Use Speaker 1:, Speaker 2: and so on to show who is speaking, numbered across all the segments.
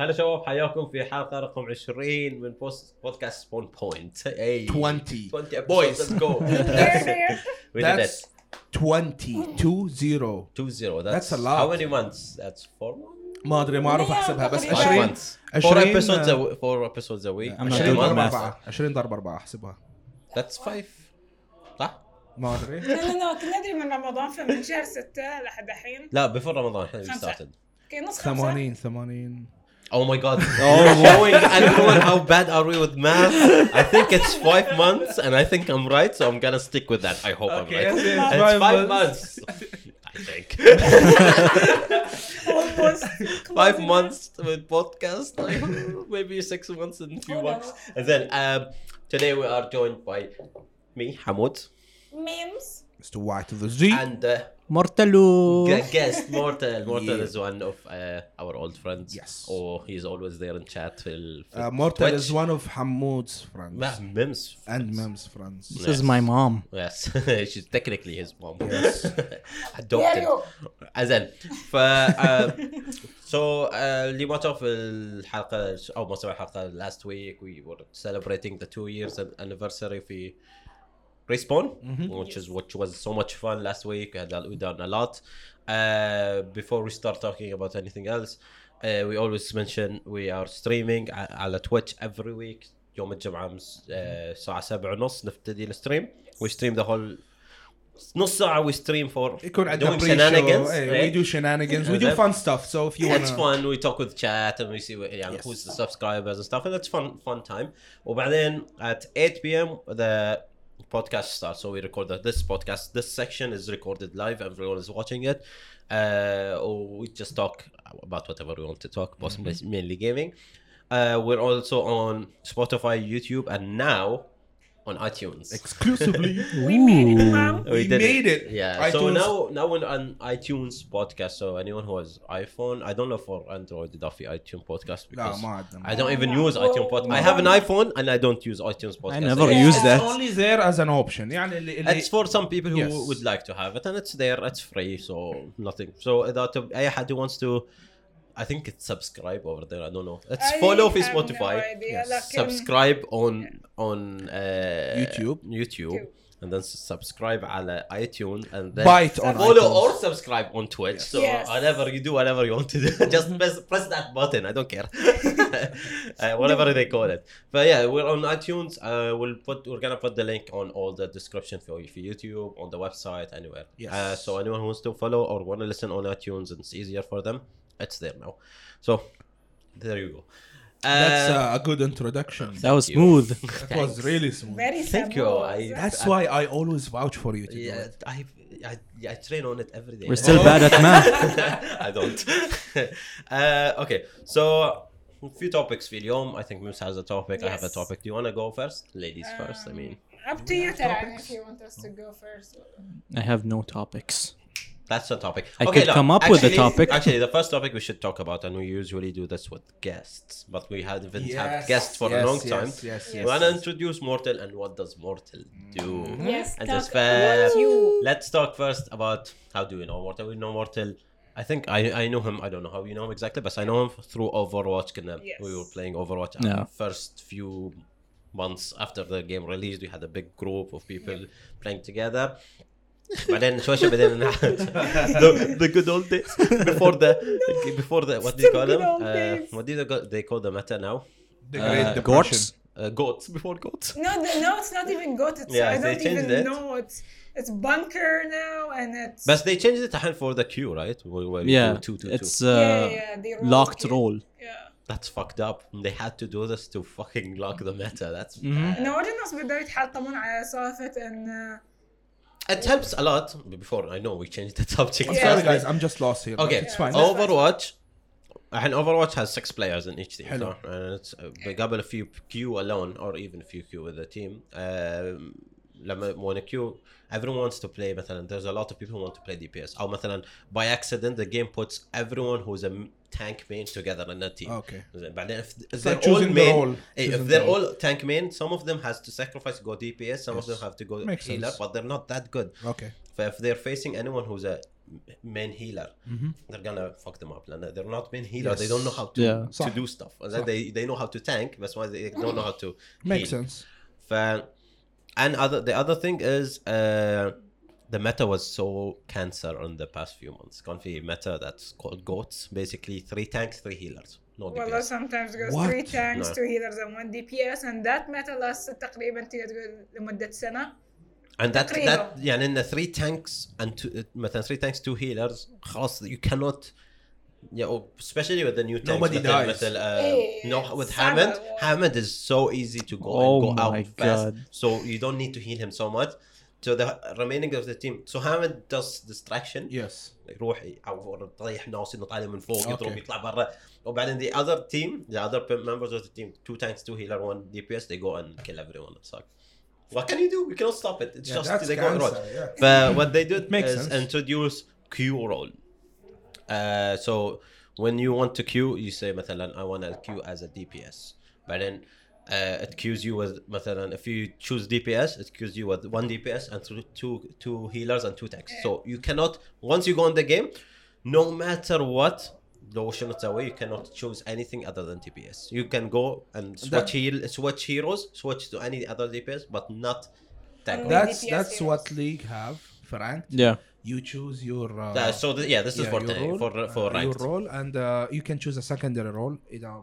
Speaker 1: هلا شباب حياكم في حلقه رقم 20 من بوست بودكاست سبون بوينت اي
Speaker 2: 20
Speaker 1: 20 بويز ليتس جو We did it.
Speaker 2: That's 20 2 0
Speaker 1: 2 0
Speaker 2: That's a lot.
Speaker 1: How many months? That's 4 months?
Speaker 2: ما ادري ما اعرف احسبها بس
Speaker 1: 5
Speaker 2: 20
Speaker 1: months. 4
Speaker 2: 20
Speaker 1: episodes a w- 4 episodes a week.
Speaker 2: آه،
Speaker 3: I'm not
Speaker 2: 20
Speaker 3: doing
Speaker 2: ضرب
Speaker 3: math.
Speaker 2: 4 20 ضرب 4 احسبها
Speaker 1: That's 5 صح؟
Speaker 2: ما ادري
Speaker 4: لا لا لا كنا ندري من رمضان فمن شهر 6 لحد الحين
Speaker 1: لا بفور رمضان احنا we
Speaker 4: خمسة.
Speaker 1: started.
Speaker 4: كي نص خمسة
Speaker 2: 80 80
Speaker 1: Oh my god. Showing everyone how bad are we with math. I think it's 5 months and I think I'm right so I'm gonna stick with that. I hope I'm right. It's 5 months. I think. five months with podcast, like, maybe six months and few
Speaker 4: Oh, no.
Speaker 1: months. And then um, today we are joined by me, Hamoud,
Speaker 4: ميمز
Speaker 2: Mr. Y to the Z
Speaker 1: and uh,
Speaker 3: مرتلو
Speaker 1: gu- guest Mortal. Mortal
Speaker 2: Oh. Yeah.
Speaker 1: is one of uh, our old friends.
Speaker 2: Yes.
Speaker 1: Oh, he's always there in chat. Fil, fil
Speaker 2: Uh, Mortal is
Speaker 1: Twitch.
Speaker 2: one of Hamoud's friends
Speaker 1: Ma- Mims.
Speaker 2: and Mem's friends
Speaker 3: This is my mom.
Speaker 1: Yes, she's technically his mom.
Speaker 2: Yes.
Speaker 1: Adopted. اذن ف سو uh, اللي ما شاف الحلقه او ما سمع الحلقه لاست ويك وي ور سيلبريتنج ذا تو ييرز انيفرساري في ريسبون
Speaker 2: Mm-hmm.
Speaker 1: which is which was so much fun last week and we done a lot uh, before we start talking about anything else uh, we always mention we are streaming ع- على Twitch every week يوم الجمعة مس- uh, الساعة سبعة ونص نبتدي الستريم we stream the whole نص ساعة we stream for
Speaker 2: يكون عندنا
Speaker 1: doing
Speaker 2: pre
Speaker 1: shenanigans إيه. right?
Speaker 2: show we do shenanigans we do
Speaker 1: Yeah.
Speaker 2: fun stuff so if you want
Speaker 1: it's fun we talk with chat and we see what, يعني
Speaker 2: Yes.
Speaker 1: who's the subscribers and stuff and it's fun fun time وبعدين at 8 p.m. the podcast starts so we record the, this podcast this section is recorded live everyone is watching it uh, or we just talk about whatever we want to talk possibly mainly gaming uh, we're also on Spotify YouTube and now on iTunes
Speaker 2: exclusively
Speaker 4: وي ميد مام
Speaker 2: We made it.
Speaker 1: Yeah. So
Speaker 2: iTunes.
Speaker 1: now, now we're on iTunes podcast. So anyone who has iPhone, I don't know for Android the في iTunes podcast
Speaker 2: لا
Speaker 1: because
Speaker 2: ما عندنا
Speaker 1: I don't even use iTunes podcast. I have an iPhone and I don't use iTunes podcast.
Speaker 3: never
Speaker 1: It's-
Speaker 3: use
Speaker 2: It's
Speaker 3: use that.
Speaker 2: only there as an option يعني اللي اللي
Speaker 1: It's for some people who
Speaker 2: Yes.
Speaker 1: would like to have it, and it's there. It's free, so nothing. So uh, that أي حد who wants to, I think it's subscribe over there. I don't know. It's follow في Spotify. subscribe on on uh,
Speaker 2: YouTube.
Speaker 1: YouTube, and then subscribe على iTunes, and then
Speaker 2: bite on
Speaker 1: follow
Speaker 2: iTunes.
Speaker 1: or subscribe on Twitch. So
Speaker 4: Yes.
Speaker 1: whatever you do, whatever you want to do, just press, press that button. I don't care. uh, whatever they call it. But yeah, we're on iTunes. Uh, we'll put we're gonna put the link on all the description for, for YouTube, on the website, anywhere.
Speaker 2: Yes.
Speaker 1: Uh, so anyone who wants to follow or want to listen on iTunes, it's easier for them. It's there now. So there you go. Uh,
Speaker 2: That's uh, a good introduction.
Speaker 3: That was
Speaker 1: you.
Speaker 3: smooth.
Speaker 2: That was really smooth.
Speaker 4: فيري
Speaker 1: Thank you. I-
Speaker 2: That's why I always vouch for you to do
Speaker 1: yeah,
Speaker 2: it.
Speaker 1: I, I I train on it every day.
Speaker 3: We're still bad at math.
Speaker 1: I don't. uh, okay, so a few topics في اليوم. I think Moose has a topic. I have a
Speaker 4: Yes.
Speaker 1: topic. Do you want to go first? Ladies
Speaker 2: Um,
Speaker 1: first, I mean.
Speaker 4: up to you Mm-hmm. ترى if you want us to go first
Speaker 3: I have no topics.
Speaker 1: That's a topic.
Speaker 3: I could come up with a
Speaker 1: actually-
Speaker 3: topic.
Speaker 1: Actually, the first topic we should talk about, and we usually do this with guests, but we haven't had guests for a long time.
Speaker 2: Yes, yes, Mm-hmm.
Speaker 1: We want to introduce Mortal and what does Mortal do?
Speaker 4: yes
Speaker 1: And
Speaker 4: talk
Speaker 1: just fair.
Speaker 4: about you
Speaker 1: Let's talk first about how do we know Mortal? We know Mortal. I think I I know him. I don't know how you know him exactly, but I know him through Overwatch. Can
Speaker 4: Yes.
Speaker 1: we were playing Overwatch.
Speaker 3: Yeah.
Speaker 1: and First few months after the game released, we had a big group of people playing together. بعدين شوي شوي بعدين the, the good old days before the before the what do you
Speaker 4: Still
Speaker 1: call
Speaker 4: good
Speaker 1: them
Speaker 4: old
Speaker 1: uh,
Speaker 4: days.
Speaker 1: what do they call, they call the meta now
Speaker 2: The Great
Speaker 1: Uh,
Speaker 2: Depression.
Speaker 3: Gorts?
Speaker 1: uh, goats before goats
Speaker 4: no the, no it's not even goat it's
Speaker 1: Yeah,
Speaker 4: I
Speaker 1: they
Speaker 4: don't even
Speaker 1: changed it.
Speaker 4: know it's it's bunker now and it's
Speaker 1: But they changed it الحين for the queue, right? Where- where you
Speaker 3: Yeah,
Speaker 1: do two, two, two.
Speaker 3: it's
Speaker 4: yeah,
Speaker 3: uh,
Speaker 4: yeah, they
Speaker 3: locked
Speaker 4: it.
Speaker 3: roll.
Speaker 4: yeah
Speaker 1: That's fucked up. They had to do this to fucking lock the meta. That's
Speaker 4: Mm-hmm. نوري الناس بدأوا يتحطمون على سالفة ان
Speaker 1: it helps a lot. Before I know we changed the subject.
Speaker 2: I'm
Speaker 4: Yeah.
Speaker 2: sorry,
Speaker 1: first.
Speaker 2: guys. I'm just lost here. but
Speaker 1: Okay,
Speaker 2: it's fine.
Speaker 4: Oh.
Speaker 1: Overwatch. الحين Overwatch has six players in each team.
Speaker 2: حلو.
Speaker 1: صح؟ And it's uh, قبل a few queue alone or even a few queue with a team. Um, لما when a queue everyone wants to play مثلا there's a lot of people who want to play DPS او مثلا Oh, by accident the game puts everyone who's a tank main together in a team.
Speaker 2: Okay.
Speaker 1: زين بعدين if, if
Speaker 2: It's
Speaker 1: they're
Speaker 2: like
Speaker 1: all
Speaker 2: choosing the
Speaker 1: main
Speaker 2: role.
Speaker 1: Hey, if
Speaker 2: Choosing the
Speaker 1: they're
Speaker 2: role.
Speaker 1: all tank main, some of them has to sacrifice go DPS, some of
Speaker 2: Yes.
Speaker 1: them have to go
Speaker 2: Makes
Speaker 1: healer,
Speaker 2: sense.
Speaker 1: but they're not that good.
Speaker 2: Okay.
Speaker 1: If they're facing anyone who's a main healer.
Speaker 3: Mhm.
Speaker 1: They're gonna fuck them up. لأن they're not main healer. They don't
Speaker 2: Mm-hmm. Yes.
Speaker 1: know how to,
Speaker 3: Yeah.
Speaker 1: to
Speaker 2: صح.
Speaker 1: do stuff.
Speaker 2: صح.
Speaker 1: They, they know how to tank بس ما they don't know how to
Speaker 2: Makes
Speaker 1: heal.
Speaker 2: sense.
Speaker 1: ف and other the other thing is uh, the meta was so cancer on the past few months. كان في meta that's called goats basically three tanks three healers no
Speaker 4: والله
Speaker 1: DPS.
Speaker 4: sometimes goes
Speaker 2: What?
Speaker 4: three tanks,
Speaker 1: No.
Speaker 4: two healers and one DPS and that meta lasted تقريبا تقدر تقول لمدة سنة
Speaker 1: and that
Speaker 4: تقريباً.
Speaker 1: that يعني ان three tanks and two, مثلا three tanks two healers خلاص you cannot yeah, oh, especially with the new tanks
Speaker 2: Nobody
Speaker 1: مثل,
Speaker 2: dies.
Speaker 1: مثل, uh,
Speaker 4: إيه،
Speaker 1: no, with
Speaker 4: صعبة.
Speaker 1: Hammond Hammond is so easy to go
Speaker 3: Oh
Speaker 1: and go
Speaker 3: my
Speaker 1: out fast
Speaker 3: God.
Speaker 1: so you don't need to heal him so much so the remaining of the team so Hammond does distraction
Speaker 2: Yes.
Speaker 1: يروح يعور يطيح ناس انه طالع من فوق
Speaker 2: أوكي.
Speaker 1: يضرب يطلع برا وبعدين the other team the other members of the team two tanks two healer one DPS they go and kill everyone it's like what can you do we cannot stop it it's
Speaker 2: Yeah,
Speaker 1: just
Speaker 2: that's
Speaker 1: they go
Speaker 2: cancer,
Speaker 1: wrong
Speaker 2: yeah.
Speaker 1: but what they did
Speaker 2: Makes
Speaker 1: is
Speaker 2: sense.
Speaker 1: introduce Q role uh, so when you want to queue you say مثلا I want to queue as a DPS but then uh, it queues you with مثلا if you choose DPS it queues you with one DPS and two two, two healers and two tanks so you cannot once you go in the game no matter what لو شنو تسوي you cannot choose anything other than DPS you can go and switch heal switch heroes switch to any other DPS but not tank
Speaker 4: That-
Speaker 2: That's
Speaker 4: DPS
Speaker 2: that's
Speaker 4: heroes.
Speaker 2: what league have for ranked.
Speaker 3: Yeah.
Speaker 2: You choose your. Uh,
Speaker 1: Uh, so th- yeah this is
Speaker 2: yeah,
Speaker 1: for
Speaker 2: your
Speaker 1: tank, for
Speaker 2: role,
Speaker 1: for
Speaker 2: uh, your
Speaker 1: ranked
Speaker 2: role, and uh, you can choose a secondary role. You know,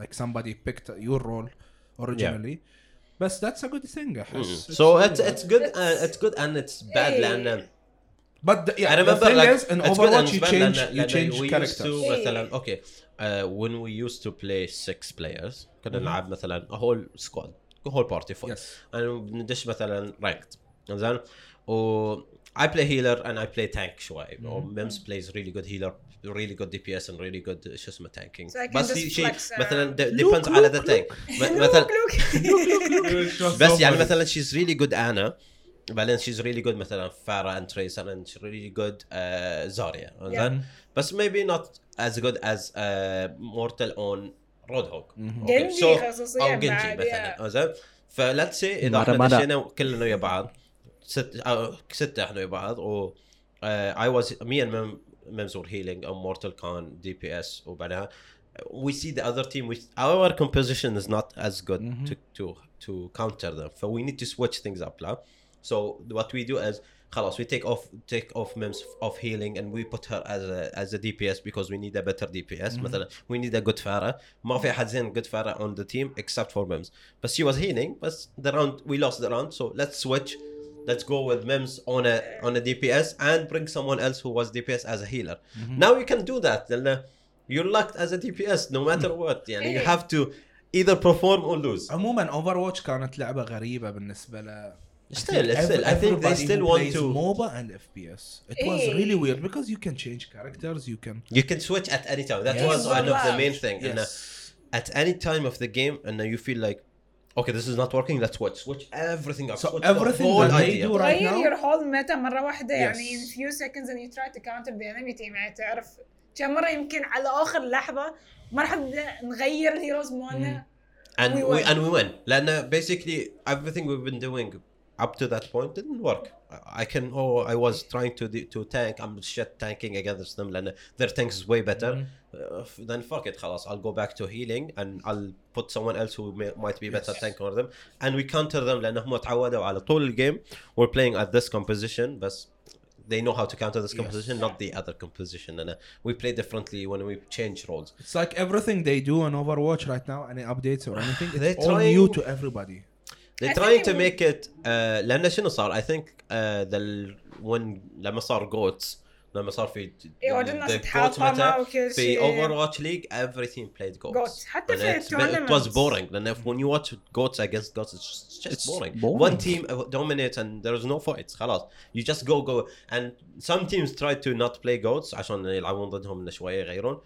Speaker 2: like somebody picked your role originally. But that's a good thing, I guess.
Speaker 1: Mm. so it's
Speaker 2: really
Speaker 1: it's good uh, it's good and it's bad
Speaker 4: Hey.
Speaker 1: لأن
Speaker 2: But the, yeah,
Speaker 1: I remember
Speaker 2: the thing
Speaker 1: like
Speaker 2: is, in
Speaker 1: it's good and
Speaker 2: Overwatch,
Speaker 1: it's
Speaker 2: you
Speaker 1: bad
Speaker 2: change,
Speaker 1: لأن-
Speaker 2: you
Speaker 1: لأن
Speaker 2: change
Speaker 1: we used
Speaker 2: characters.
Speaker 1: to
Speaker 4: إيه.
Speaker 1: مثلا اوكي uh, when we used to play six players كنا
Speaker 4: Mm-hmm.
Speaker 1: نلعب مثلا a whole squad a whole party full
Speaker 2: Yes.
Speaker 1: and بندش مثلا ranked زين و I play healer and I play tank شوي or
Speaker 4: Mm-hmm.
Speaker 1: Mims plays really good healer really good DPS and really good uh, شو اسمه tanking
Speaker 4: So I can
Speaker 1: بس
Speaker 4: just
Speaker 1: هي شيء
Speaker 4: flex uh,
Speaker 1: مثلا
Speaker 4: around.
Speaker 1: de- depends على the tank م- مثلا بس يعني مثلا she's really good انا بعدين she's really good مثلا فارا and تريس and she's really good uh, زاريا and
Speaker 4: Yeah.
Speaker 1: then بس maybe not as good as uh, mortal on road hog
Speaker 4: جنجي
Speaker 1: so
Speaker 4: خصوصيا
Speaker 1: او جنجي
Speaker 4: بعد،
Speaker 1: مثلا زين فلتس اذا
Speaker 3: مرة
Speaker 1: احنا
Speaker 3: مرة.
Speaker 1: دشينا كلنا ويا بعض ست أو سته احنا ويا بعض و آه، اي واز مي اند ميمز ور هيلينج او مورتال كان دي بي اس وبعدها we see the other team with our composition is not as good to, to to counter them so we need to switch things up now so what we do is خلاص we take off take off Mims off healing and we put her as a as a DPS because we need a better DPS
Speaker 2: Mm-hmm.
Speaker 1: مثلا we need a good Farah ما في احد زين good Farah on the team except for Mims but she was healing but the round we lost the round so let's switch let's go with Mims on a on a DPS and bring someone else who was DPS as a healer
Speaker 2: Mm-hmm.
Speaker 1: now you can do that لأن you're locked as a DPS no
Speaker 2: Mm.
Speaker 1: matter what يعني you
Speaker 4: إيه.
Speaker 1: have to either perform or lose
Speaker 2: عموما اوفر واتش كانت لعبه غريبه بالنسبه ل
Speaker 1: Still, still, I think they
Speaker 2: everybody
Speaker 1: still
Speaker 2: who
Speaker 1: want
Speaker 2: plays
Speaker 1: to-
Speaker 2: MOBA and FPS. It was
Speaker 4: إيه.
Speaker 2: really weird because you can change characters, you can
Speaker 1: you can switch at any time that
Speaker 2: Yes.
Speaker 1: was one of the main thing
Speaker 2: yes.
Speaker 1: إنه at any time of the game and then you feel like okay this is not working let's switch switch everything up
Speaker 2: So
Speaker 1: switch
Speaker 2: everything
Speaker 1: the whole
Speaker 2: that they
Speaker 1: idea
Speaker 2: do right
Speaker 4: غير
Speaker 2: now
Speaker 4: your whole meta مرة واحدة يعني
Speaker 2: Yes.
Speaker 4: in few seconds and you try to counter the enemy team يعني تعرف كم مرة يمكن على آخر لحظة ما راح نبدأ نغير الهيروز مالنا
Speaker 1: and we,
Speaker 4: we win.
Speaker 1: and we win لأن basically everything we've been doing up to that point didn't work I can oh I was trying to do- to tank I'm shit tanking against them لأن their tank is way better Uh, f- then fuck it خلاص I'll go back to healing and I'll put someone else who may, might be better tank or them and we counter them لأنهم تعودوا على طول الجيم we're playing at this composition بس they know how to counter this composition not the other composition and uh, we play differently when we change roles
Speaker 2: it's like everything they do on Overwatch right now, any updates or anything,
Speaker 1: They're
Speaker 2: it's all
Speaker 1: trying-
Speaker 2: new to everybody.
Speaker 1: They're
Speaker 4: I think
Speaker 1: trying
Speaker 4: it
Speaker 1: to
Speaker 4: will-
Speaker 1: make it uh, لان شنو صار I think uh, the when لما صار جوتس لما صار في
Speaker 4: ايوه الناس
Speaker 1: the goats
Speaker 4: تحاطمة
Speaker 1: meta
Speaker 4: وكل
Speaker 1: في
Speaker 4: شيء
Speaker 1: Overwatch League every team played goats.
Speaker 4: Goats. حتى
Speaker 1: And
Speaker 4: في
Speaker 1: it's been- it was
Speaker 4: tournaments.
Speaker 1: boring and if when you watch goats against goats it's just, it's just
Speaker 3: It's
Speaker 1: boring.
Speaker 3: boring.
Speaker 1: One team dominates and there is no fights خلاص you just go go and some teams try to not play goats عشان يلعبون ضدهم إنه شوية يغيرون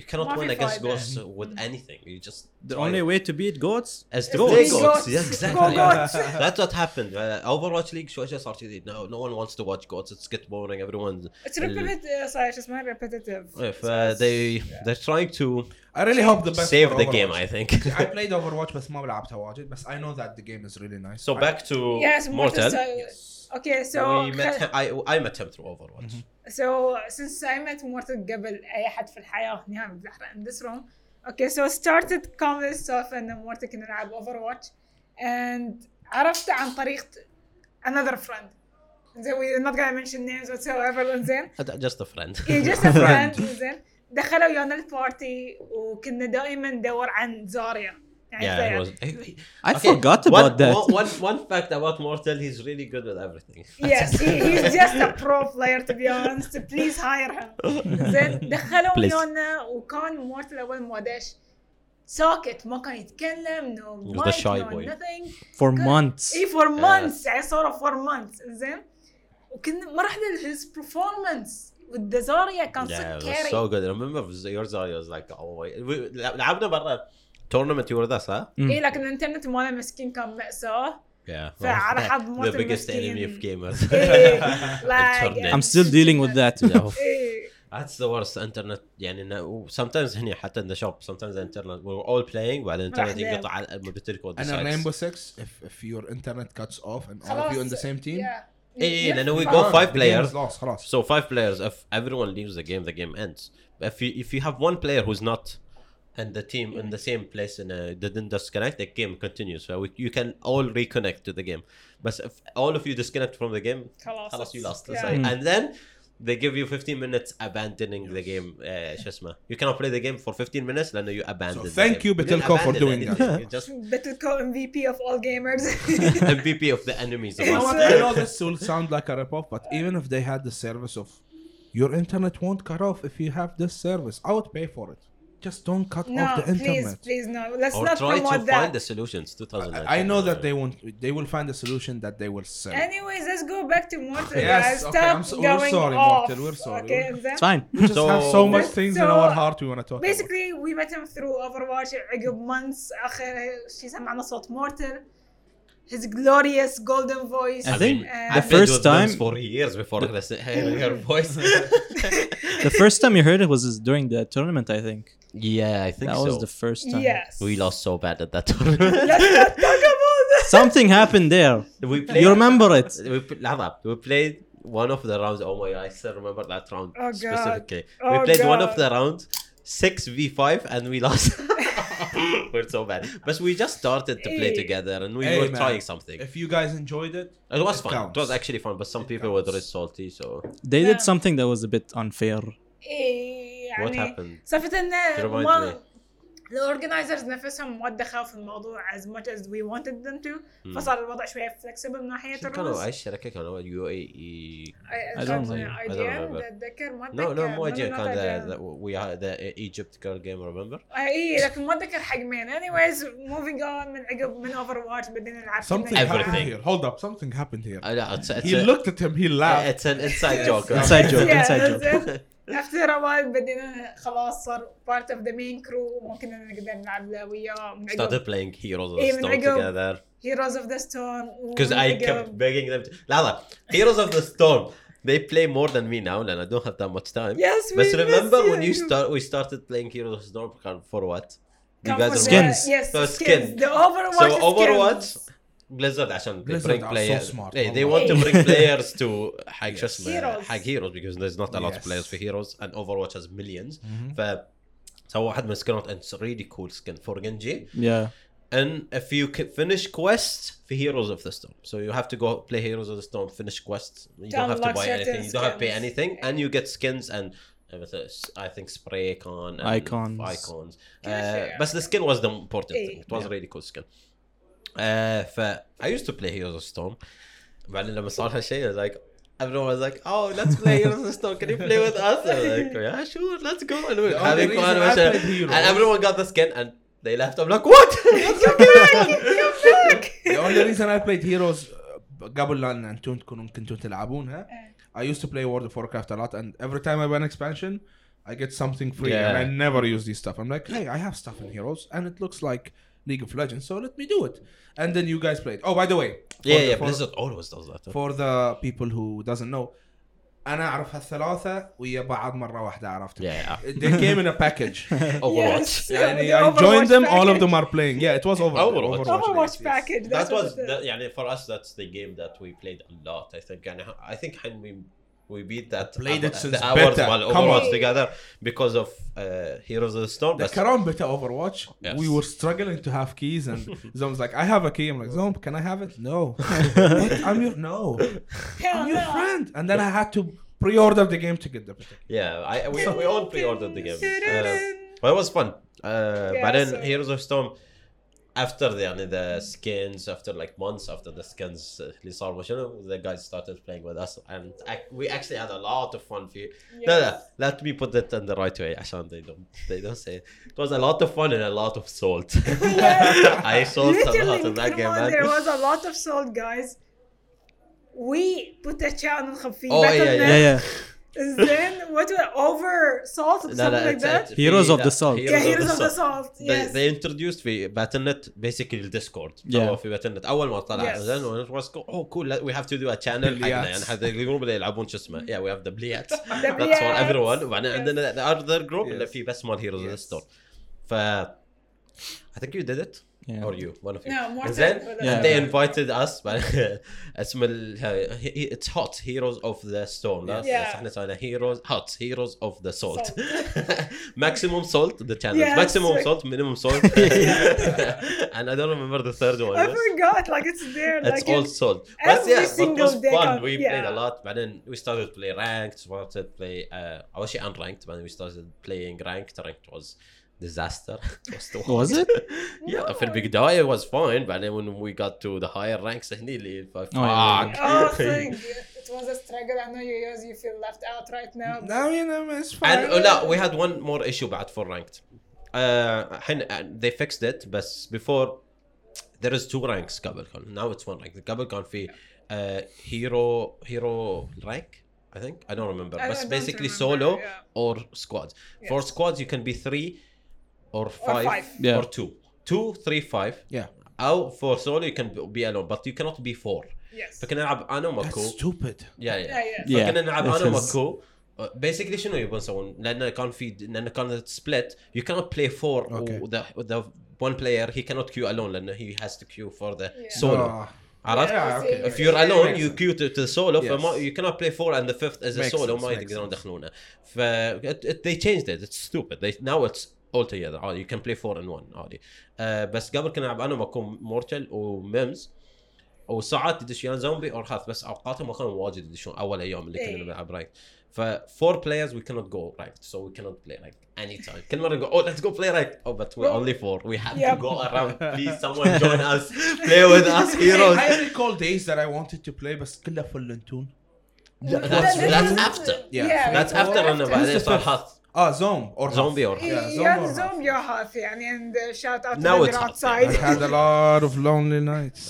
Speaker 1: you cannot
Speaker 4: ما
Speaker 1: win
Speaker 4: في
Speaker 1: against
Speaker 4: فايدة.
Speaker 1: goats with anything you just
Speaker 3: The
Speaker 1: try
Speaker 3: only
Speaker 1: it.
Speaker 3: way to beat goats
Speaker 1: as to
Speaker 4: Go
Speaker 1: play
Speaker 4: goats.
Speaker 1: goats yeah,
Speaker 4: Go
Speaker 1: exactly
Speaker 4: goats.
Speaker 1: that's what happened uh, Overwatch League شوي شوي صار كذي no no one wants to watch goats it's get boring everyone
Speaker 4: It's repetitive صاير شو اسمه repetitive
Speaker 1: if uh, they they're trying to
Speaker 2: I really hope the best
Speaker 1: save
Speaker 2: for
Speaker 1: the game
Speaker 2: Overwatch.
Speaker 1: I think
Speaker 2: I played Overwatch بس ما لعبتها واجد بس I know that the game is really nice.
Speaker 1: So
Speaker 2: I-
Speaker 1: back to
Speaker 4: Yes,
Speaker 1: Mortal.
Speaker 4: Mortal. Yes. Okay, so
Speaker 1: We met him. I, I met him through Overwatch.
Speaker 4: So since I met Morten قبل أي حد في الحياة هنا بالأحرى in this room okay so started comedy stuff and Morten كنا نلعب Overwatch and عرفت عن طريق another friend زين we're not gonna mention names whatsoever زين
Speaker 1: Uh, Just a friend.
Speaker 4: yeah, just a friend زين دخلوا ويانا البارتي وكنا دائما ندور عن زاريا يعني
Speaker 1: yeah, it
Speaker 4: زاريا.
Speaker 1: was.
Speaker 3: I forgot about
Speaker 1: one,
Speaker 3: that.
Speaker 1: One, one, one fact about Mortal, he's really good with everything.
Speaker 4: Yes, he, he's just a pro player to be honest. Please hire him. زين دخلوا
Speaker 1: Please.
Speaker 4: ويانا وكان مورتل اول ما دش ساكت ما كان يتكلم
Speaker 1: He
Speaker 4: no
Speaker 1: was the
Speaker 4: mic
Speaker 1: shy
Speaker 4: no
Speaker 1: boy. Uh,
Speaker 4: nothing
Speaker 3: For
Speaker 4: Good.
Speaker 3: months.
Speaker 4: اي فور مانثس يعني صار فور مانثس زين وكنا ما راح هيز برفورمانس والدزاريا كان
Speaker 1: Yeah,
Speaker 4: صدق
Speaker 1: it was so
Speaker 4: كاري
Speaker 1: good. I remember your Zarya was like always. We- لعبنا برا tournament you were with us, huh?
Speaker 4: اي إيه، لكن الانترنت ماله مسكين كان مأساة
Speaker 1: Yeah.
Speaker 4: فعلى حظ
Speaker 1: the
Speaker 4: مورتل
Speaker 1: biggest enemy of gamers.
Speaker 4: إيه، like إيه،
Speaker 1: Internet.
Speaker 3: I'm still dealing with that.
Speaker 4: اي
Speaker 1: That's the worst internet يعني إنه- sometimes هنا حتى in the shop sometimes the internet we're all playing بعد الانترنت
Speaker 4: راح
Speaker 1: ينقطع على- بتركض
Speaker 2: And in
Speaker 1: sites.
Speaker 2: Rainbow Six, if, if your internet cuts off and all of
Speaker 4: خلاص
Speaker 2: you on the same team,
Speaker 4: yeah.
Speaker 1: إيه،
Speaker 4: Yeah.
Speaker 1: لأنه we
Speaker 2: ah,
Speaker 1: go five
Speaker 2: the game
Speaker 1: players.
Speaker 2: is lost, خلاص.
Speaker 1: So five players. If everyone leaves the game, the game ends. But if you if you have one player who's not and the team in the same place and uh, didn't disconnect, the game continues. So we, you can all reconnect to the game. But if all of you disconnect from the game,
Speaker 4: خلاص
Speaker 1: خلاص you lost.
Speaker 4: Yeah.
Speaker 1: That's
Speaker 2: Hmm.
Speaker 1: it. And then they give you 15 minutes abandoning the game. Uh, شو اسمه. You cannot play the game for 15 minutes لأنه you abandoned. the
Speaker 2: thank
Speaker 1: game.
Speaker 2: you,
Speaker 1: didn't
Speaker 2: Betelko, for
Speaker 1: abandon
Speaker 2: doing
Speaker 1: anything.
Speaker 2: that.
Speaker 1: You just
Speaker 4: بتلكو ام في بي اوف اول جيمرز
Speaker 1: MVP of the enemies. Of
Speaker 2: You know
Speaker 1: us.
Speaker 2: what? I know this will sound like a rip-off, but even if they had the service of your internet won't cut off if you have this service, I would pay for it. Just don't cut
Speaker 4: No,
Speaker 2: off the
Speaker 4: please,
Speaker 2: internet.
Speaker 4: please, no. Let's
Speaker 1: Or
Speaker 4: not
Speaker 1: try to
Speaker 4: promote
Speaker 1: find
Speaker 4: that.
Speaker 1: the solutions. 2019.
Speaker 2: I know that they won't. They will find a solution that they will sell.
Speaker 4: Anyways, let's go back to Mortal.
Speaker 2: Yes,
Speaker 4: guys.
Speaker 2: okay,
Speaker 4: Stop
Speaker 2: I'm so- we're
Speaker 4: going
Speaker 2: sorry,
Speaker 4: off.
Speaker 2: Mortal, we're sorry.
Speaker 4: Okay, and then
Speaker 3: It's fine.
Speaker 2: we just
Speaker 1: So-
Speaker 2: have so much
Speaker 4: But-
Speaker 2: things in
Speaker 4: so-
Speaker 2: our heart we want to talk. about.
Speaker 4: basically we met him through Overwatch عقب months آخر شي سمعنا صوت Mortal. His glorious golden voice.
Speaker 3: I think
Speaker 4: and-
Speaker 3: the
Speaker 1: I've been
Speaker 3: first
Speaker 1: with Vince
Speaker 3: time-
Speaker 1: for years before I heard her voice.
Speaker 3: The first time you heard it was during the tournament, I think.
Speaker 1: yeah, I think
Speaker 3: That
Speaker 1: so.
Speaker 3: was the first time.
Speaker 4: Yes.
Speaker 1: we lost so bad at that tournament.
Speaker 4: Let's not talk about that.
Speaker 3: Something happened there.
Speaker 1: we played.
Speaker 3: You remember it?
Speaker 1: We, pl- لحظة. we played one of the rounds. Oh my god, I still remember that round
Speaker 4: Oh God.
Speaker 1: specifically.
Speaker 4: Oh
Speaker 1: we played one of
Speaker 4: God.
Speaker 1: the rounds. 6v5 and we lost. We're so bad. But we just started to play
Speaker 4: Hey.
Speaker 1: together and we
Speaker 2: Hey,
Speaker 1: were
Speaker 2: man.
Speaker 1: trying something. It
Speaker 2: if you guys enjoyed it,
Speaker 1: was
Speaker 2: it
Speaker 1: fun.
Speaker 2: counts.
Speaker 1: It was actually fun, but some
Speaker 2: It
Speaker 1: people were
Speaker 2: counts.
Speaker 1: really salty, so
Speaker 3: They
Speaker 4: Yeah.
Speaker 3: did something that was a bit unfair.
Speaker 4: إيه،
Speaker 1: what
Speaker 4: يعني
Speaker 1: happened?
Speaker 4: سالفة انه
Speaker 1: Remind
Speaker 4: ما الاورجنايزرز نفسهم ما دخلوا في الموضوع as much as we wanted them to فصار الوضع شوية flexible من ناحية
Speaker 1: Hmm. كانوا
Speaker 4: الروز
Speaker 1: اي شركه كانوا يو اي اي
Speaker 4: I,
Speaker 3: I
Speaker 4: I
Speaker 3: don't
Speaker 4: don't
Speaker 3: know.
Speaker 1: I don't
Speaker 4: IGN
Speaker 1: remember.
Speaker 4: اتذكر ما
Speaker 1: No,
Speaker 4: اتذكر
Speaker 1: no, مو ايجيبت
Speaker 4: uh, not
Speaker 1: كان
Speaker 4: IGN.
Speaker 1: the- the- we had the Egypt girl game remember؟
Speaker 4: اي إيه، لكن ما اتذكر حق مين anyways moving on من عقب من اوفر واتش بدينا نلعب كنا
Speaker 2: something
Speaker 4: نلعب.
Speaker 2: happened
Speaker 1: Everything.
Speaker 2: here. Hold up, something happened here.
Speaker 1: آه، لا it's, it's,
Speaker 2: He
Speaker 1: a- uh,
Speaker 2: looked at him. He laughed.
Speaker 1: it's an inside joke.
Speaker 3: Inside joke.
Speaker 4: Yeah,
Speaker 3: Inside
Speaker 4: that's
Speaker 3: joke.
Speaker 4: it. After a while بدينا خلاص صار part of the main crew وما كنا نقدر نلعب له وياه من
Speaker 1: Started
Speaker 4: عقب
Speaker 1: playing Heroes of the
Speaker 4: إيه، من
Speaker 1: Storm
Speaker 4: عقب.
Speaker 1: together
Speaker 4: Heroes of the Storm
Speaker 1: because I kept begging them. To... لحظة Heroes of the Storm they play more than me now and I don't have that much time.
Speaker 4: Yes, we
Speaker 1: But
Speaker 4: miss
Speaker 1: remember when you
Speaker 4: you.
Speaker 1: start we started playing Heroes of the Storm for- for what? You
Speaker 4: Come
Speaker 1: guys
Speaker 4: for
Speaker 1: remember?
Speaker 3: Skins.
Speaker 4: the- Yes,
Speaker 1: So
Speaker 4: so
Speaker 1: skins.
Speaker 4: skins. The Overwatch
Speaker 1: So
Speaker 4: skins.
Speaker 1: Overwatch Blizzard عشان they
Speaker 2: Blizzard
Speaker 1: bring
Speaker 2: are so
Speaker 1: players
Speaker 2: smart,
Speaker 1: they, they
Speaker 2: والله.
Speaker 1: want to bring players to حق شو اسمه
Speaker 4: Heroes.
Speaker 1: حق Heroes because there's not a lot of
Speaker 2: Yes. Mm-hmm.
Speaker 1: players for Heroes and Overwatch has millions ف سووا واحد من السكنات and it's a really cool skin for Genji
Speaker 3: Yeah.
Speaker 1: and if you can finish quests for Heroes of the Storm so you have to go play Heroes of the Storm finish quests you don't have to
Speaker 4: Download
Speaker 1: buy
Speaker 4: certain
Speaker 1: anything you don't have to pay
Speaker 4: skins.
Speaker 1: anything and you get skins and uh, with us- I think spray con and
Speaker 3: Icons.
Speaker 1: icons
Speaker 4: Can I
Speaker 1: uh,
Speaker 4: share?
Speaker 1: but the skin was the important
Speaker 4: إيه.
Speaker 1: thing it was a really cool skin uh, ف I used to play Heroes of Storm بعدين لما صار هالشيء I was like everyone was like oh let's play Heroes of Storm can you play with us I was like yeah sure let's go and we were
Speaker 2: The only
Speaker 1: having
Speaker 2: reason
Speaker 1: fun
Speaker 2: I
Speaker 1: and
Speaker 2: played
Speaker 1: shit. and
Speaker 2: Heroes-
Speaker 1: everyone got the skin and they left I'm like what What's your game?"
Speaker 2: the only reason I played Heroes uh, قبل لان انتم تكونوا كنتوا تلعبونها I used to play World of Warcraft a lot and every time I buy an expansion I get something free and
Speaker 1: Yeah.
Speaker 2: I never use this stuff. I'm like, hey, I have stuff in Heroes and it looks like League of Legends, so let me do it. And then you guys played. Oh, by the way, for
Speaker 1: yeah
Speaker 2: the-
Speaker 1: yeah
Speaker 2: for,
Speaker 1: Blizzard always does that
Speaker 2: for the people who doesn't know, انا اعرف هالثلاثه ويا بعض مره واحده عرفت
Speaker 1: Yeah,
Speaker 2: they came in a package
Speaker 1: Overwatch.
Speaker 2: يعني I joined them all of them are playing yeah it was over
Speaker 1: Overwatch.
Speaker 4: Overwatch
Speaker 2: yes, yes.
Speaker 4: package
Speaker 1: That
Speaker 4: that's
Speaker 1: was
Speaker 4: what it
Speaker 1: that,
Speaker 4: is.
Speaker 1: يعني for us that's the game that we played a lot I think and I think when we we beat that uh,
Speaker 2: Played it since
Speaker 1: the hours
Speaker 2: beta.
Speaker 1: مال
Speaker 2: Come
Speaker 1: Overwatch
Speaker 4: on.
Speaker 1: together because of uh, Heroes of the Storm
Speaker 2: The
Speaker 1: بس
Speaker 2: Karam beta Overwatch,
Speaker 1: Yes.
Speaker 2: we were struggling to have keys, and Zom's like, "I have a key." I'm like, "Zom, can I have it?" No, "What? I'm your no,
Speaker 4: Hell
Speaker 2: I'm your
Speaker 4: no.
Speaker 2: friend. And then I had to pre-order the game to get the beta.
Speaker 1: yeah I, we, we all pre-ordered the game uh,
Speaker 4: Dun-dun-dun.
Speaker 1: but it was fun uh,
Speaker 4: Yeah,
Speaker 1: بعدين
Speaker 4: so-
Speaker 1: Heroes of Storm after the, يعني the skins after like months after the skins uh, اللي صار وشنو the guys started playing with us and ac- we actually had a lot of fun في لا لا let me put it in the right way عشان they don't they don't say it. it was a lot of fun and a lot of salt I sold a lot
Speaker 4: Literally,
Speaker 1: in that
Speaker 4: in
Speaker 1: game
Speaker 4: Cremon, there
Speaker 1: man
Speaker 4: was a lot of salt, guys. We put the channel خفي
Speaker 1: Oh, yeah, yeah.
Speaker 3: Yeah, yeah.
Speaker 4: Then what were over salt or
Speaker 1: لا
Speaker 4: something
Speaker 1: لا
Speaker 4: like
Speaker 1: it's- it's-
Speaker 4: that?
Speaker 1: في-
Speaker 3: Heroes of
Speaker 1: لا،
Speaker 3: the Salt.
Speaker 4: Yeah,
Speaker 1: Heroes
Speaker 4: heroes of the salt.
Speaker 1: They,
Speaker 4: Yes.
Speaker 1: they introduced في باتلنت basically الديسكورد
Speaker 3: Yeah.
Speaker 1: هو في باتلنت اول ما طلع
Speaker 4: Yes.
Speaker 1: then it was cool. oh cool we have to do a channel حقنا يعني
Speaker 2: بلياتس.
Speaker 1: حتى الجروب اللي يلعبون شو اسمه yeah we have the بليات that's for
Speaker 4: Yes.
Speaker 1: everyone وبعدين
Speaker 4: Yes.
Speaker 1: عندنا the other group اللي
Speaker 2: Yes.
Speaker 1: فيه بس مال هيروز اوف
Speaker 2: Yes.
Speaker 1: ستور ف I think you did it
Speaker 3: Yeah.
Speaker 1: or Oh, you one of you
Speaker 4: No, more
Speaker 1: and then
Speaker 4: time for the-
Speaker 1: and
Speaker 3: Yeah.
Speaker 1: they invited us but اسم ال he- he- it's hot heroes of the storm that's
Speaker 4: Yeah.
Speaker 1: that's احنا سوينا heroes hot heroes of the salt
Speaker 4: Salt.
Speaker 1: maximum salt the channels
Speaker 4: Yes.
Speaker 1: maximum salt minimum salt and I don't remember the third one
Speaker 4: I
Speaker 1: was-
Speaker 4: forgot, like it's there.
Speaker 1: it's
Speaker 4: like
Speaker 1: all
Speaker 4: it-
Speaker 1: sold. But
Speaker 4: every
Speaker 1: yeah, but it
Speaker 4: single
Speaker 1: was
Speaker 4: day
Speaker 1: fun.
Speaker 4: come-
Speaker 1: We
Speaker 4: yeah.
Speaker 1: played a lot, but then we started to play ranked, started to play uh I was unranked, but then we started playing ranked. Ranked was disaster. it was, too
Speaker 3: Was
Speaker 1: hard.
Speaker 3: it?
Speaker 1: yeah, في البداية it was fine, but then when we got to the higher ranks هني اللي fuck
Speaker 3: yeah,
Speaker 4: Oh, thank you. It was a struggle. I know you guys, you feel left out right now.
Speaker 2: No, you know, it's fine.
Speaker 1: And uh, no, we had one more issue بعد for ranked. Uh, حين- uh, they fixed it, but before there is two ranks قبل كان. Now it's one rank. قبل كان في uh, hero hero rank. I think I don't remember.
Speaker 4: I
Speaker 1: But
Speaker 4: don't
Speaker 1: basically
Speaker 4: remember,
Speaker 1: solo
Speaker 4: yeah.
Speaker 1: or squads. For
Speaker 4: Yes.
Speaker 1: squads you can be three or five or,
Speaker 4: five.
Speaker 3: Yeah.
Speaker 1: two. Two, three, five.
Speaker 2: yeah,
Speaker 1: Or for solo you can be alone, but you cannot be four.
Speaker 4: Yes.
Speaker 1: فكنا نلعب انا
Speaker 2: that's
Speaker 1: وماكو.
Speaker 2: stupid.
Speaker 1: Yeah, yeah.
Speaker 4: Yeah, yeah.
Speaker 3: Yeah.
Speaker 1: فكنا نلعب
Speaker 3: This
Speaker 1: انا
Speaker 3: is-
Speaker 1: وماكو بيسكلي Uh, شنو يبون يسوون؟ لانه كان في لانه كان سبلت يو كانت بلاي فور
Speaker 2: Okay.
Speaker 1: وذا ذا Oh, one player he cannot queue alone لانه he has to queue for the
Speaker 4: Yeah.
Speaker 1: solo
Speaker 2: Ah,
Speaker 1: عرفت؟
Speaker 2: yeah, okay.
Speaker 1: if you're alone you
Speaker 2: Makes
Speaker 1: queue to, to solo
Speaker 2: Yes.
Speaker 1: فما you cannot play four and the fifth is a
Speaker 2: Makes
Speaker 1: solo
Speaker 2: sense,
Speaker 1: ما
Speaker 2: makes
Speaker 1: يقدرون
Speaker 2: sense.
Speaker 1: يدخلونه ف it, it, they changed it it's stupid they, now it's all together عادي you can play four in one عادي آه بس قبل كنا نلعب انا وماكو مورتل وميمز وساعات يدشون زومبي اور هاث بس اوقاتهم ما كانوا واجد يدشون اول ايام اللي
Speaker 4: إيه.
Speaker 1: كنا نلعب رايك ف four players we cannot go ranked so we cannot play ranked anytime كل مره نقول oh let's go play ranked oh but we're only four we have to
Speaker 4: Yep.
Speaker 1: go around please someone join us play with us heroes
Speaker 2: I recall days that I wanted to play, بس كلها فلنتون.
Speaker 1: that's-
Speaker 4: Then-
Speaker 1: that's
Speaker 4: then-
Speaker 1: after.
Speaker 2: Yeah.
Speaker 1: That's after أنا بعدين صار حظ
Speaker 2: Ah, Zom or
Speaker 1: Zombie or-
Speaker 2: yeah,
Speaker 4: Yeah,
Speaker 2: Zom
Speaker 4: yeah,
Speaker 2: or
Speaker 4: Zoom,
Speaker 2: Huff.
Speaker 4: you're half, yeah, and uh, shout out to
Speaker 1: Now
Speaker 4: them,
Speaker 1: it's
Speaker 4: they're
Speaker 1: half, yeah.
Speaker 2: I
Speaker 4: outside.
Speaker 2: had a lot of lonely nights.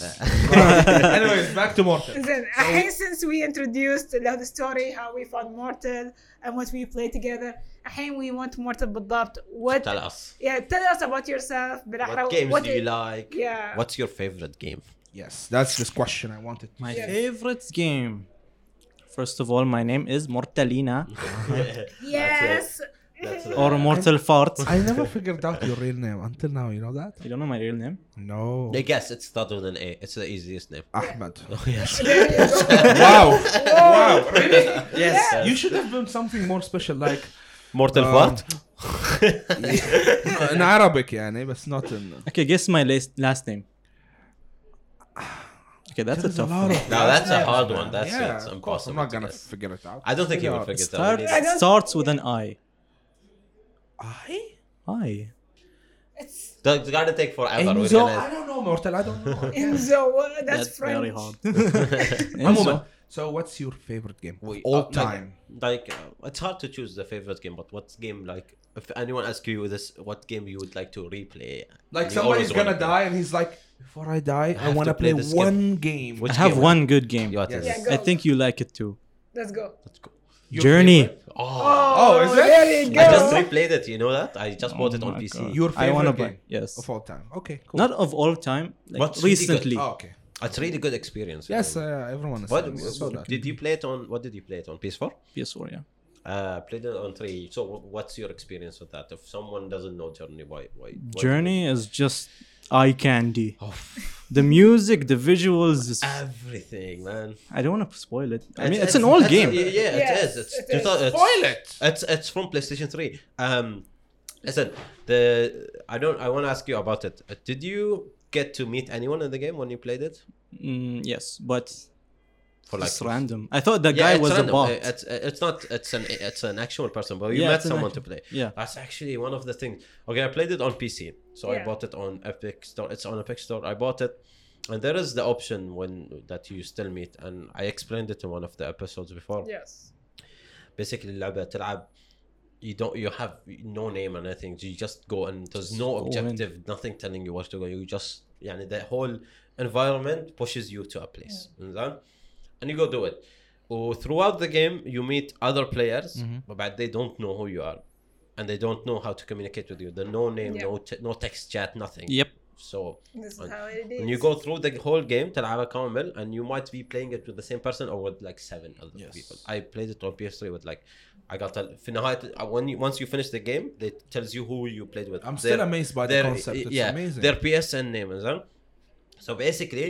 Speaker 2: Anyways, back to Mortal.
Speaker 4: Then, الحين since we introduced the the story how we found Mortal and what we play together الحين we want Mortal بالضبط what
Speaker 1: tell us
Speaker 4: yeah tell us about yourself بالأحرى
Speaker 1: what games
Speaker 4: what
Speaker 1: do you like
Speaker 4: yeah
Speaker 1: what's your favorite game
Speaker 2: Yes, that's this question I wanted.
Speaker 3: My
Speaker 4: Yes.
Speaker 3: favorite game. First of all, my name is Mortalina
Speaker 4: yes
Speaker 1: That's it.
Speaker 3: or Mortal Fart.
Speaker 2: I never figured out your real name until now. You know that?
Speaker 3: You don't know my real name?
Speaker 2: No.
Speaker 1: I guess it started with an A it's the easiest name
Speaker 2: Ahmed.
Speaker 1: oh yes
Speaker 2: wow. wow. Really?
Speaker 1: yes
Speaker 2: You should have been something more special, like
Speaker 1: Mortal
Speaker 2: Um,
Speaker 1: Kombat
Speaker 2: uh, in Arabic, يعني, but not in.
Speaker 3: Okay, guess my last last name. Okay, that's
Speaker 2: There's
Speaker 3: a tough one.
Speaker 2: of
Speaker 1: No, that's a
Speaker 2: names,
Speaker 1: hard
Speaker 2: man.
Speaker 1: one. That's-
Speaker 2: yeah,
Speaker 1: it's
Speaker 2: of course,
Speaker 1: impossible
Speaker 2: I'm not
Speaker 1: to
Speaker 2: gonna
Speaker 1: guess.
Speaker 2: figure it out.
Speaker 1: I don't think you would
Speaker 2: Figure
Speaker 1: forget
Speaker 3: Start,
Speaker 1: that
Speaker 4: I don't-
Speaker 3: starts with an I.
Speaker 2: out. I?
Speaker 3: I.
Speaker 4: it's
Speaker 1: that's gonna take forever we're
Speaker 2: Enzo, I
Speaker 1: gonna
Speaker 2: don't know, Mortal. I don't know.
Speaker 4: Enzo well, that's, French
Speaker 3: very hard.
Speaker 2: عموما so what's your favorite game of
Speaker 1: We-
Speaker 2: all
Speaker 1: uh,
Speaker 2: time
Speaker 1: like uh, it's hard to choose the favorite game but what game like if anyone asks you this what game you would like to replay
Speaker 2: like
Speaker 1: you
Speaker 2: somebody's
Speaker 1: always wanna
Speaker 2: gonna
Speaker 1: play.
Speaker 2: die and he's like before I die I,
Speaker 1: have
Speaker 2: want to
Speaker 1: to play
Speaker 2: play,
Speaker 1: this
Speaker 2: one game,
Speaker 1: Which
Speaker 3: I have
Speaker 1: game?
Speaker 3: one good game.
Speaker 1: you are
Speaker 2: Yes.
Speaker 1: yes.
Speaker 4: Yeah, go.
Speaker 3: I think you like it too.
Speaker 4: let's go
Speaker 1: let's go
Speaker 2: Your
Speaker 3: Journey.
Speaker 2: favorite-
Speaker 1: oh,
Speaker 2: Oh, is it?
Speaker 4: there you
Speaker 1: I just
Speaker 4: go
Speaker 1: replayed it you know that I just bought
Speaker 3: Oh
Speaker 1: it on
Speaker 3: my
Speaker 1: PC
Speaker 3: God.
Speaker 2: your
Speaker 3: I
Speaker 2: favorite
Speaker 3: wanna
Speaker 2: game
Speaker 3: buy. Yes.
Speaker 2: of all time okay cool
Speaker 3: Not of all time, like
Speaker 1: What's really good?
Speaker 3: recently.
Speaker 2: oh, okay
Speaker 1: It's really good experience.
Speaker 2: Yes, uh, everyone is.
Speaker 1: What
Speaker 2: saw that.
Speaker 1: did you play it on? What did you play it on? PS4.
Speaker 3: PS4, yeah.
Speaker 1: Uh, played it on three. So wh- what's your experience with that? If someone doesn't know Journey, why? why why-
Speaker 3: Journey is just eye candy.
Speaker 1: Oh,
Speaker 3: The music, the visuals. Is,
Speaker 1: everything, man.
Speaker 3: I don't want to spoil it. I mean, it's, an old game.
Speaker 1: Yeah,
Speaker 4: Yes,
Speaker 1: it is. It's,
Speaker 4: it
Speaker 1: two
Speaker 4: is.
Speaker 1: thou- it's-
Speaker 2: Spoil it.
Speaker 1: It's it's from PlayStation 3. Um listen, the I don't I want to ask you about it. Uh, Did you get to meet anyone in the game when you played it?
Speaker 3: Mm, yes, but
Speaker 1: For
Speaker 3: it's random. I thought the
Speaker 1: Yeah,
Speaker 3: guy
Speaker 1: it's
Speaker 3: was a
Speaker 1: random.
Speaker 3: bot.
Speaker 1: Uh, It's uh, it's not it's an it's an actual person, but you
Speaker 3: Yeah,
Speaker 1: met
Speaker 3: it's an
Speaker 1: someone to
Speaker 3: actual-
Speaker 1: play.
Speaker 3: yeah.
Speaker 1: That's actually one of the things. Okay, I played it on PC, so I
Speaker 4: Yeah.
Speaker 1: bought it on Epic Store. It's on Epic Store. I bought it, and there is the option when that you still meet, and I explained it in one of the episodes before.
Speaker 4: Yes.
Speaker 1: basically اللعبه تلعب you don't you have no name and anything you just go and there's no
Speaker 3: go in.
Speaker 1: objective nothing telling you what to go you just يعني the whole environment pushes you to a place yeah. and you go do it و throughout the game you meet other players
Speaker 3: Mm-hmm.
Speaker 1: but بعد they don't know who you are and they don't know how to communicate with you the no name
Speaker 4: Yeah.
Speaker 1: no te- no text chat nothing
Speaker 3: Yep.
Speaker 1: so
Speaker 4: This is
Speaker 1: And-
Speaker 4: how it is.
Speaker 1: when you go through the whole game تلعبها كامل and you might be playing it with the same person or with like seven other
Speaker 2: Yes.
Speaker 1: people I played it on PS3 with like I got a, في نهاية when you, once you finish the game they tells you who you played with
Speaker 2: I'm still amazed by the
Speaker 1: their-
Speaker 2: concept. It's
Speaker 1: yeah,
Speaker 2: amazing.
Speaker 1: their PSN name is huh? so basically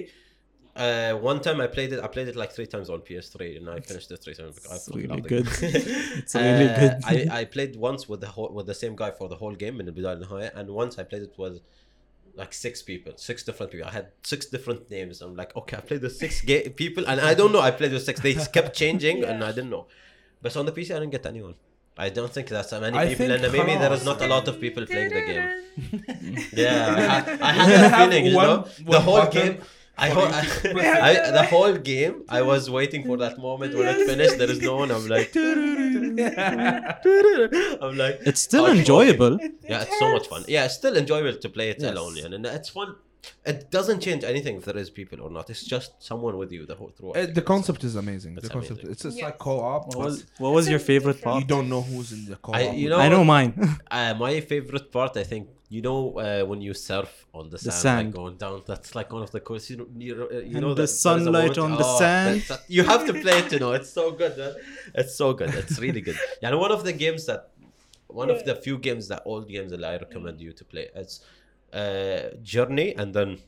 Speaker 1: uh, one time I played it I played it like three times on PS3 and I finished it three times because I
Speaker 3: It's
Speaker 1: fucking
Speaker 3: really
Speaker 1: love the game.
Speaker 3: good. it's really
Speaker 1: Uh,
Speaker 3: good.
Speaker 1: I, I played once with the whole, with the same guy for the whole game in the بداية للنهاية and once I played it with like six people, six different people. I had six different names. I'm like, okay, I played with six gay people and I don't know I played with six. They kept changing and I didn't know. But on the PC I didn't get anyone. I don't think that's many
Speaker 2: I
Speaker 1: people
Speaker 2: think
Speaker 1: and maybe there is
Speaker 2: خلاص.
Speaker 1: not a lot of people playing the game.
Speaker 4: game.
Speaker 1: Yeah, I, I had
Speaker 2: You
Speaker 1: that
Speaker 2: have
Speaker 1: feeling, you
Speaker 2: one-
Speaker 1: know. The
Speaker 2: one
Speaker 1: whole
Speaker 2: button
Speaker 1: game, I,
Speaker 2: for
Speaker 1: ho-
Speaker 2: each
Speaker 1: I, I the whole game, I was waiting for that moment when it
Speaker 4: Yes.
Speaker 1: finished. There is no one. I'm like, I'm like,
Speaker 3: It's still
Speaker 1: Okay.
Speaker 3: enjoyable.
Speaker 1: yeah, it's so much fun. Yeah, it's still enjoyable to play it
Speaker 3: Yes.
Speaker 1: alone, yeah, and it's fun. It doesn't change anything if there is people or not. It's just someone with you the whole throughout.
Speaker 2: Uh, the concept is amazing.
Speaker 1: It's
Speaker 2: the concept.
Speaker 1: amazing.
Speaker 2: It's just
Speaker 4: Yes.
Speaker 2: like co-op.
Speaker 3: What
Speaker 2: but
Speaker 3: was, what was your favorite
Speaker 2: you
Speaker 3: part?
Speaker 2: don't know who's in the co-op.
Speaker 1: I- you know-
Speaker 3: I know mine.
Speaker 1: Uh, my favorite part, I think, you know, uh, when you surf on the sand,
Speaker 3: sand.
Speaker 1: Like going down, that's like one of the coolest. You know, you, uh, you
Speaker 3: And
Speaker 1: know that
Speaker 3: the
Speaker 1: there is a
Speaker 3: sunlight
Speaker 1: moment-
Speaker 3: on the sand.
Speaker 1: that's- that- you have to play it to know. It's so good. man. It's so good. It's really good. Yeah, and one of the games that, one of the few games that old games that I recommend you to play. It's uh, Journey and then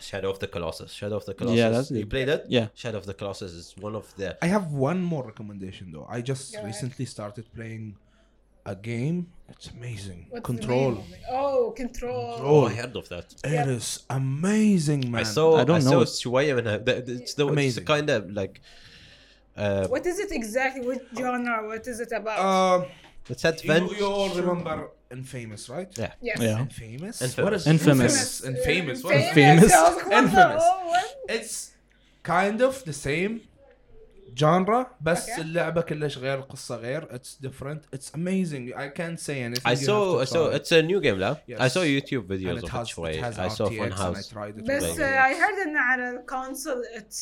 Speaker 1: Shadow of the Colossus. Shadow of the Colossus.
Speaker 3: that's
Speaker 1: you
Speaker 3: good.
Speaker 1: played it.
Speaker 3: Yeah.
Speaker 1: Shadow of the Colossus is one of the
Speaker 2: I have one more recommendation though. I just
Speaker 4: Go ahead.
Speaker 2: recently started playing a game. It's amazing.
Speaker 4: What's the name
Speaker 2: Control.
Speaker 4: of it? Oh, control.
Speaker 1: Oh,
Speaker 2: Control.
Speaker 1: I heard of that.
Speaker 2: It is amazing, man.
Speaker 1: I saw.
Speaker 3: I
Speaker 1: I
Speaker 3: don't
Speaker 1: don't
Speaker 3: know
Speaker 1: Saw
Speaker 3: it.
Speaker 1: Shuaya and I- the, the, it's the, it's
Speaker 2: Amazing.
Speaker 1: kind of like. Uh,
Speaker 4: What is it exactly? What genre? What is it about?
Speaker 2: Uh,
Speaker 1: it's
Speaker 2: you,
Speaker 1: advent.
Speaker 2: you all remember Infamous, right?
Speaker 1: Yeah.
Speaker 4: yes.
Speaker 3: Yeah.
Speaker 2: Infamous.
Speaker 1: Infamous.
Speaker 2: What is
Speaker 3: Infamous.
Speaker 2: Infamous. Infamous. What is-
Speaker 3: Infamous.
Speaker 4: I was like, what the-
Speaker 2: Infamous.
Speaker 4: oh, what?
Speaker 2: It's kind of the same genre بس
Speaker 4: Okay.
Speaker 2: اللعبة كلش غير القصة غير it's different it's amazing I can't say anything
Speaker 1: I
Speaker 2: You have
Speaker 1: saw.
Speaker 2: to
Speaker 1: I saw.
Speaker 2: try it.
Speaker 1: It's a new game, lah. I
Speaker 2: Yes.
Speaker 1: saw YouTube
Speaker 2: and
Speaker 1: videos
Speaker 2: it
Speaker 1: of
Speaker 2: has,
Speaker 1: it. Shuaya.
Speaker 2: it has
Speaker 1: I saw
Speaker 2: RTX and I
Speaker 1: Funhouse.
Speaker 2: tried it
Speaker 4: But
Speaker 1: Best,
Speaker 4: uh, I heard in على console it's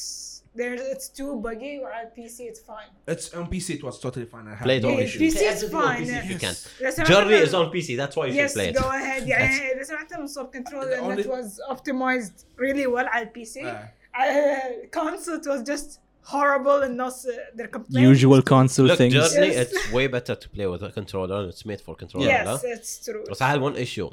Speaker 4: there it's too buggy وعلى PC it's fine.
Speaker 2: it's on PC it was totally fine I had
Speaker 1: Play it
Speaker 2: no
Speaker 1: on
Speaker 4: Yeah,
Speaker 2: issues.
Speaker 1: PC.
Speaker 4: PC is fine.
Speaker 1: If you can.
Speaker 4: لو سمحت
Speaker 1: Journey
Speaker 4: أنا-
Speaker 1: is on PC. That's why you
Speaker 4: Yes,
Speaker 1: should play it.
Speaker 4: go ahead. يعني إذا سمحت من صوب كنترول
Speaker 2: The
Speaker 4: and it
Speaker 2: only-
Speaker 4: was optimized really well على البي سي.
Speaker 2: آه.
Speaker 4: Console it was just horrible and not uh, they're complaining.
Speaker 3: Usual console
Speaker 1: Look,
Speaker 3: things.
Speaker 1: Journey.
Speaker 4: Yes.
Speaker 1: It's way better to play with a controller. and It's made for controller. lah.
Speaker 4: Yes, it's true.
Speaker 1: بس I had one issue.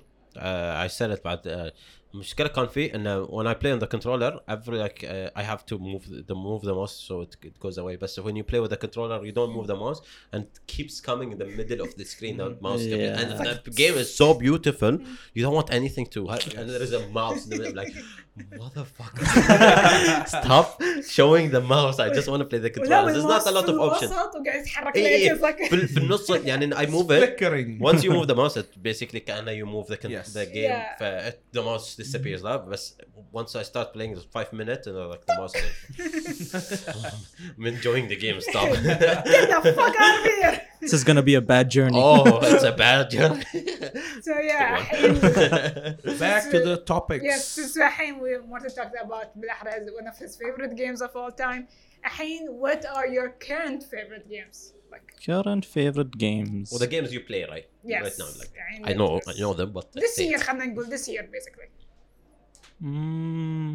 Speaker 1: Uh, I said it بعد uh, المشكلة كان في انه when I play on the controller every like uh, I have to move the move the mouse so it, it goes away. But when you play with the controller you don't move the mouse and it keeps coming in the middle of the screen the mouse kept-
Speaker 3: Yeah.
Speaker 1: and the game is so beautiful you don't want anything to happen and there is a mouse in the middle I'm like motherfucker stop showing the mouse I just want to play the
Speaker 4: ولا
Speaker 1: controller. There's not
Speaker 4: والماوس
Speaker 1: a lot
Speaker 4: في
Speaker 1: of options.
Speaker 4: الوسط وقاعد يتحرك
Speaker 1: إيه إيه.
Speaker 4: like it's like-
Speaker 1: في ال- في النص يعني I move it
Speaker 2: Uh, flickering
Speaker 1: once you move the mouse, it basically kinda you move the con-
Speaker 2: Yes. Mm-hmm.
Speaker 1: the game.
Speaker 4: Yeah.
Speaker 1: ف- it- the mouse disappears now. But once I start playing, it's five minutes, and I'm like the mouse. is- I'm enjoying the game. Stop.
Speaker 4: Get the fuck out of here.
Speaker 3: This is gonna be a bad journey.
Speaker 1: oh, it's a bad journey.
Speaker 4: So yeah, الحين-
Speaker 1: Good one.
Speaker 2: back to the topics
Speaker 4: Yes, since الحين we want to talk about بالأحرى is one of his favorite games of all time. الحين what are your current favorite games? Like
Speaker 3: Current favorite games.
Speaker 1: well, the games you play, right?
Speaker 4: yes.
Speaker 1: Right now, like
Speaker 4: يعني
Speaker 1: I know, I know them, but
Speaker 4: This
Speaker 1: that's it.
Speaker 4: year خلينا نقول this year basically.
Speaker 3: Mm,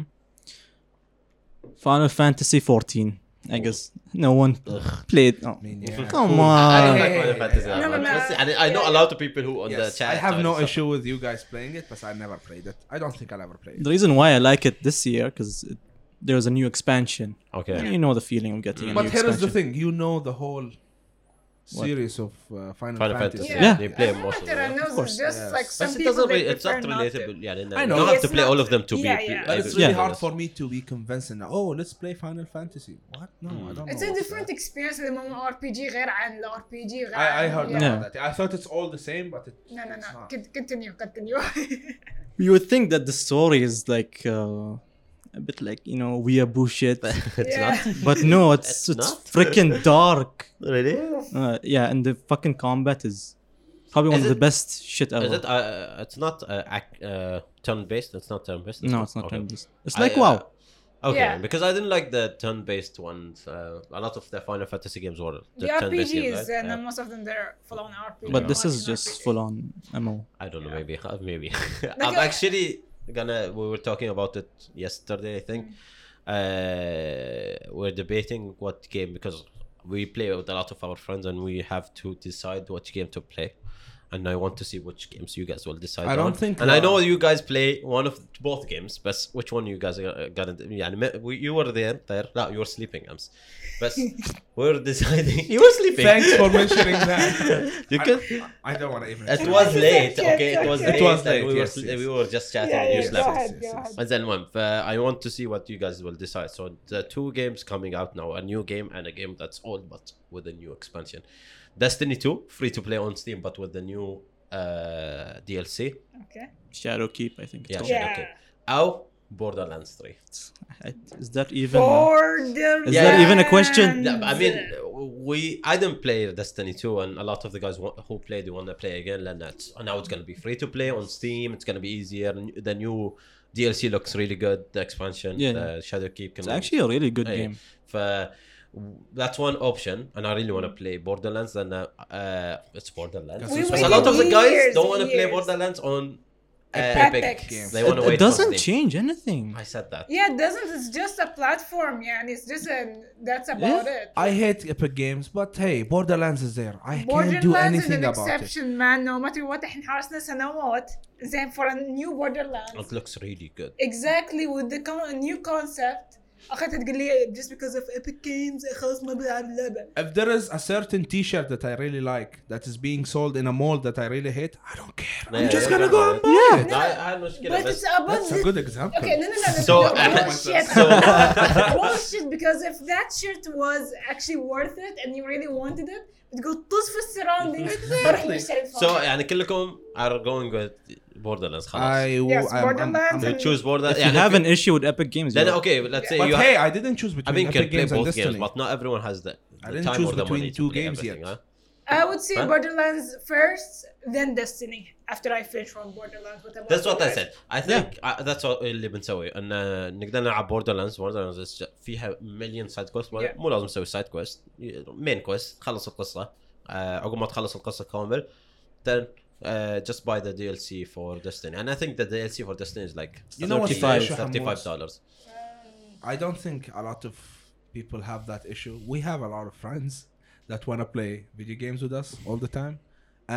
Speaker 3: Final Fantasy 14.
Speaker 1: Oh.
Speaker 3: I guess no one played. Oh.
Speaker 2: mean, yeah.
Speaker 1: I don't
Speaker 3: Come on.
Speaker 1: like Final Fantasy
Speaker 4: No,
Speaker 1: that
Speaker 4: no,
Speaker 1: much.
Speaker 4: no.
Speaker 1: Let's see. I I know a lot of people who on the
Speaker 2: Yes,
Speaker 1: chat.
Speaker 2: I have
Speaker 1: are
Speaker 2: no
Speaker 1: stuff.
Speaker 2: issue with you guys playing it, but I never played it. I don't think I'll ever play it.
Speaker 3: The reason why I like it this year because there was a new expansion.
Speaker 1: Okay. Mm.
Speaker 3: You know the feeling of getting a
Speaker 2: But
Speaker 3: new
Speaker 2: here is
Speaker 3: expansion.
Speaker 2: the thing: you know the whole series of uh, Final,
Speaker 1: Final
Speaker 2: Fantasy.
Speaker 1: Fantasy.
Speaker 4: Yeah.
Speaker 1: They
Speaker 4: I
Speaker 1: play
Speaker 4: remember
Speaker 1: most of
Speaker 4: there are
Speaker 1: them.
Speaker 4: no
Speaker 3: course,
Speaker 4: just
Speaker 2: yes.
Speaker 4: like some
Speaker 1: But it
Speaker 4: people
Speaker 1: doesn't.
Speaker 4: they
Speaker 1: Re- it's
Speaker 4: prefer
Speaker 1: not
Speaker 4: not to.
Speaker 1: relatable. Yeah, I
Speaker 2: I know.
Speaker 1: know. You don't have
Speaker 4: It's
Speaker 1: to play
Speaker 4: not-
Speaker 1: all of them to be.
Speaker 4: Yeah,
Speaker 1: be-
Speaker 4: yeah.
Speaker 2: But it's
Speaker 1: able
Speaker 2: really
Speaker 1: to do
Speaker 2: hard
Speaker 1: this.
Speaker 2: for me to be convincing. now, Oh, let's play Final Fantasy. What? No, I don't
Speaker 4: It's
Speaker 2: know.
Speaker 4: a
Speaker 2: what's
Speaker 4: different
Speaker 2: that.
Speaker 4: experience than ار بي جي غير عن الار بي جي غير
Speaker 2: I, I heard
Speaker 4: عن-
Speaker 3: Yeah.
Speaker 2: about that. I thought it's all the same, but it,
Speaker 4: No, no,
Speaker 2: it's
Speaker 4: no.
Speaker 2: not.
Speaker 4: Continue, continue.
Speaker 3: You would think that the story is like uh, a bit like you know weeaboo shit,
Speaker 1: It's
Speaker 4: Yeah.
Speaker 1: not
Speaker 3: but no, it's
Speaker 1: It's
Speaker 3: it's
Speaker 1: not.
Speaker 3: freaking dark.
Speaker 1: really.
Speaker 3: Uh, yeah, and the fucking combat is probably one
Speaker 1: Is
Speaker 3: of the
Speaker 1: it-
Speaker 3: best shit ever.
Speaker 1: Is it? Uh, it's not uh, ac- uh, turn-based. It's not turn-based.
Speaker 3: No, it's not
Speaker 1: okay.
Speaker 3: turn-based. It's
Speaker 1: I,
Speaker 3: like
Speaker 1: uh,
Speaker 3: wow.
Speaker 1: Okay,
Speaker 4: Yeah.
Speaker 1: because I didn't like the turn-based ones. Uh, a lot of the Final Fantasy games were
Speaker 4: The
Speaker 1: turn-based games,
Speaker 4: RPGs,
Speaker 1: right?
Speaker 4: and
Speaker 1: Yeah.
Speaker 4: uh, most of them they're full on RPG.
Speaker 3: But this is
Speaker 4: not
Speaker 3: just
Speaker 4: RPG.
Speaker 3: full on MO.
Speaker 1: I don't know, maybe, uh, maybe.
Speaker 4: Like,
Speaker 1: I'm
Speaker 4: uh,
Speaker 1: actually gonna. We were talking about it yesterday, I think.
Speaker 4: Mm.
Speaker 1: Uh, we're debating what game because we play with a lot of our friends and we have to decide which game to play. And I want to see which games you guys will decide.
Speaker 2: I don't
Speaker 1: on.
Speaker 2: think uh,
Speaker 1: And I
Speaker 2: we
Speaker 1: know
Speaker 2: are.
Speaker 1: you guys play one of both games, but which one you guys are gonna? Yeah, you were there, there. No, you were sleeping, Ams. But we're deciding. You were sleeping.
Speaker 2: Thanks for mentioning that.
Speaker 1: You could.
Speaker 2: I don't want to even.
Speaker 1: It
Speaker 4: Yeah,
Speaker 1: was
Speaker 4: it's
Speaker 1: late,
Speaker 4: okay,
Speaker 1: okay? It
Speaker 4: it's
Speaker 1: was
Speaker 4: okay.
Speaker 1: late.
Speaker 2: It was
Speaker 1: and
Speaker 2: late,
Speaker 1: We were,
Speaker 2: yes,
Speaker 1: sl-
Speaker 2: yes.
Speaker 1: we were just chatting. and
Speaker 4: Yeah,
Speaker 1: you
Speaker 4: yeah, go
Speaker 1: slept.
Speaker 4: ahead,
Speaker 2: Yes,
Speaker 4: go
Speaker 2: yes,
Speaker 4: ahead.
Speaker 1: And then one, uh, I want to see what you guys will decide. So the two games coming out now, a new game and a game that's old but with a new expansion. Destiny 2, free to play on Steam, but with the new uh, DLC.
Speaker 4: Okay.
Speaker 3: Shadow Keep, I think. It's
Speaker 1: Yeah,
Speaker 3: called.
Speaker 1: Shadow
Speaker 4: Yeah.
Speaker 1: Keep. Ow, Borderlands 3.
Speaker 3: I- Is that even? uh,
Speaker 4: Borderlands.
Speaker 3: Is that even a question?
Speaker 1: Yeah, I
Speaker 4: Mm,
Speaker 1: mean, we I didn't play Destiny 2, and a lot of the guys wa- who played want to play again. And that's, and now it's going to be free to play on Steam. It's going to be easier. and The new DLC looks really good. The expansion,
Speaker 3: Yeah,
Speaker 1: the Shadow Keep.
Speaker 3: It's actually a really good
Speaker 1: Yeah.
Speaker 3: game.
Speaker 1: that's one option, and I really want to play Borderlands. And uh, uh, it's Borderlands.
Speaker 2: We
Speaker 1: Because a
Speaker 2: waited
Speaker 1: lot of the guys
Speaker 4: years,
Speaker 1: don't want to play
Speaker 4: years.
Speaker 1: Borderlands on uh, Epic.
Speaker 2: Epic.
Speaker 4: Epic.
Speaker 1: They
Speaker 2: It-
Speaker 1: want to
Speaker 3: It-
Speaker 1: wait.
Speaker 3: It doesn't
Speaker 1: for Steam.
Speaker 3: change anything.
Speaker 1: I said that.
Speaker 4: Yeah, it doesn't. It's just a platform. Yeah, and it's just a. That's about
Speaker 3: Yeah.
Speaker 4: it.
Speaker 2: I hate Epic Games, but hey, Borderlands is there. I can't do
Speaker 4: Borderlands is
Speaker 2: anything
Speaker 4: an
Speaker 2: about it.
Speaker 4: exception, man. No matter what, احنا حارسنا سنوات زين for a new Borderlands.
Speaker 1: It looks really good.
Speaker 4: Exactly with the con- new concept. اخذت تقول لي just because of Epic Games خلاص ما بلعب اللعبة.
Speaker 2: If there is a certain T-shirt that I really like that is being sold in a mall that I really hate, I don't care. I'm
Speaker 1: Yeah,
Speaker 2: just
Speaker 1: yeah,
Speaker 2: gonna go
Speaker 1: yeah.
Speaker 2: and buy
Speaker 3: Yeah.
Speaker 2: it.
Speaker 1: No, I- I had no skill,
Speaker 4: But
Speaker 1: but-
Speaker 4: it's about
Speaker 2: That's a
Speaker 4: the
Speaker 2: good example.
Speaker 4: Okay, no, no, no. no
Speaker 1: So-
Speaker 4: no, bullshit.
Speaker 1: so-
Speaker 4: bullshit. Because if that shirt was actually worth it and you really wanted it, بتقول طز في السراوندينج
Speaker 2: Exactly.
Speaker 1: So يعني كلكم are going with Borderlands خلاص.
Speaker 2: I
Speaker 4: Yes,
Speaker 2: I'm- I'm-
Speaker 4: Borderlands
Speaker 2: I'm-
Speaker 1: You choose Borderlands. يعني
Speaker 3: If you have an issue with Epic Games,
Speaker 1: then
Speaker 3: you're-
Speaker 1: okay, let's say
Speaker 2: But
Speaker 1: you
Speaker 2: hey,
Speaker 1: have.
Speaker 2: I didn't choose
Speaker 1: I
Speaker 2: between
Speaker 1: mean,
Speaker 2: Epic
Speaker 1: can play
Speaker 2: Games and
Speaker 1: both games,
Speaker 2: Destiny.
Speaker 1: but not everyone has the, the
Speaker 2: I didn't
Speaker 1: time
Speaker 2: choose
Speaker 1: or the
Speaker 2: between
Speaker 1: money
Speaker 2: two
Speaker 1: to play
Speaker 2: games
Speaker 1: everything.
Speaker 2: yet.
Speaker 1: Huh?
Speaker 4: I would say
Speaker 1: uh, Huh?
Speaker 4: Borderlands first, then Destiny. After I finish from Borderlands. whatever
Speaker 1: That's what I
Speaker 4: was.
Speaker 1: said. I think uh, that's what اللي بنسوي ان uh, نقدر نلعب Borderlands Borderlands is just- فيها مليون سايد كويست
Speaker 4: Yeah.
Speaker 1: مو لازم نسوي سايد كويست مين كويست خلص القصه uh, عقب ما تخلص القصه كامل then uh, just buy the DLC for Destiny and I think the DLC for Destiny is like
Speaker 2: You know what's the
Speaker 1: 35
Speaker 2: issue, Hamoud?
Speaker 1: 35 dollars
Speaker 2: I don't think a lot of people have that issue. We have a lot of friends that want to play video games with us all the time,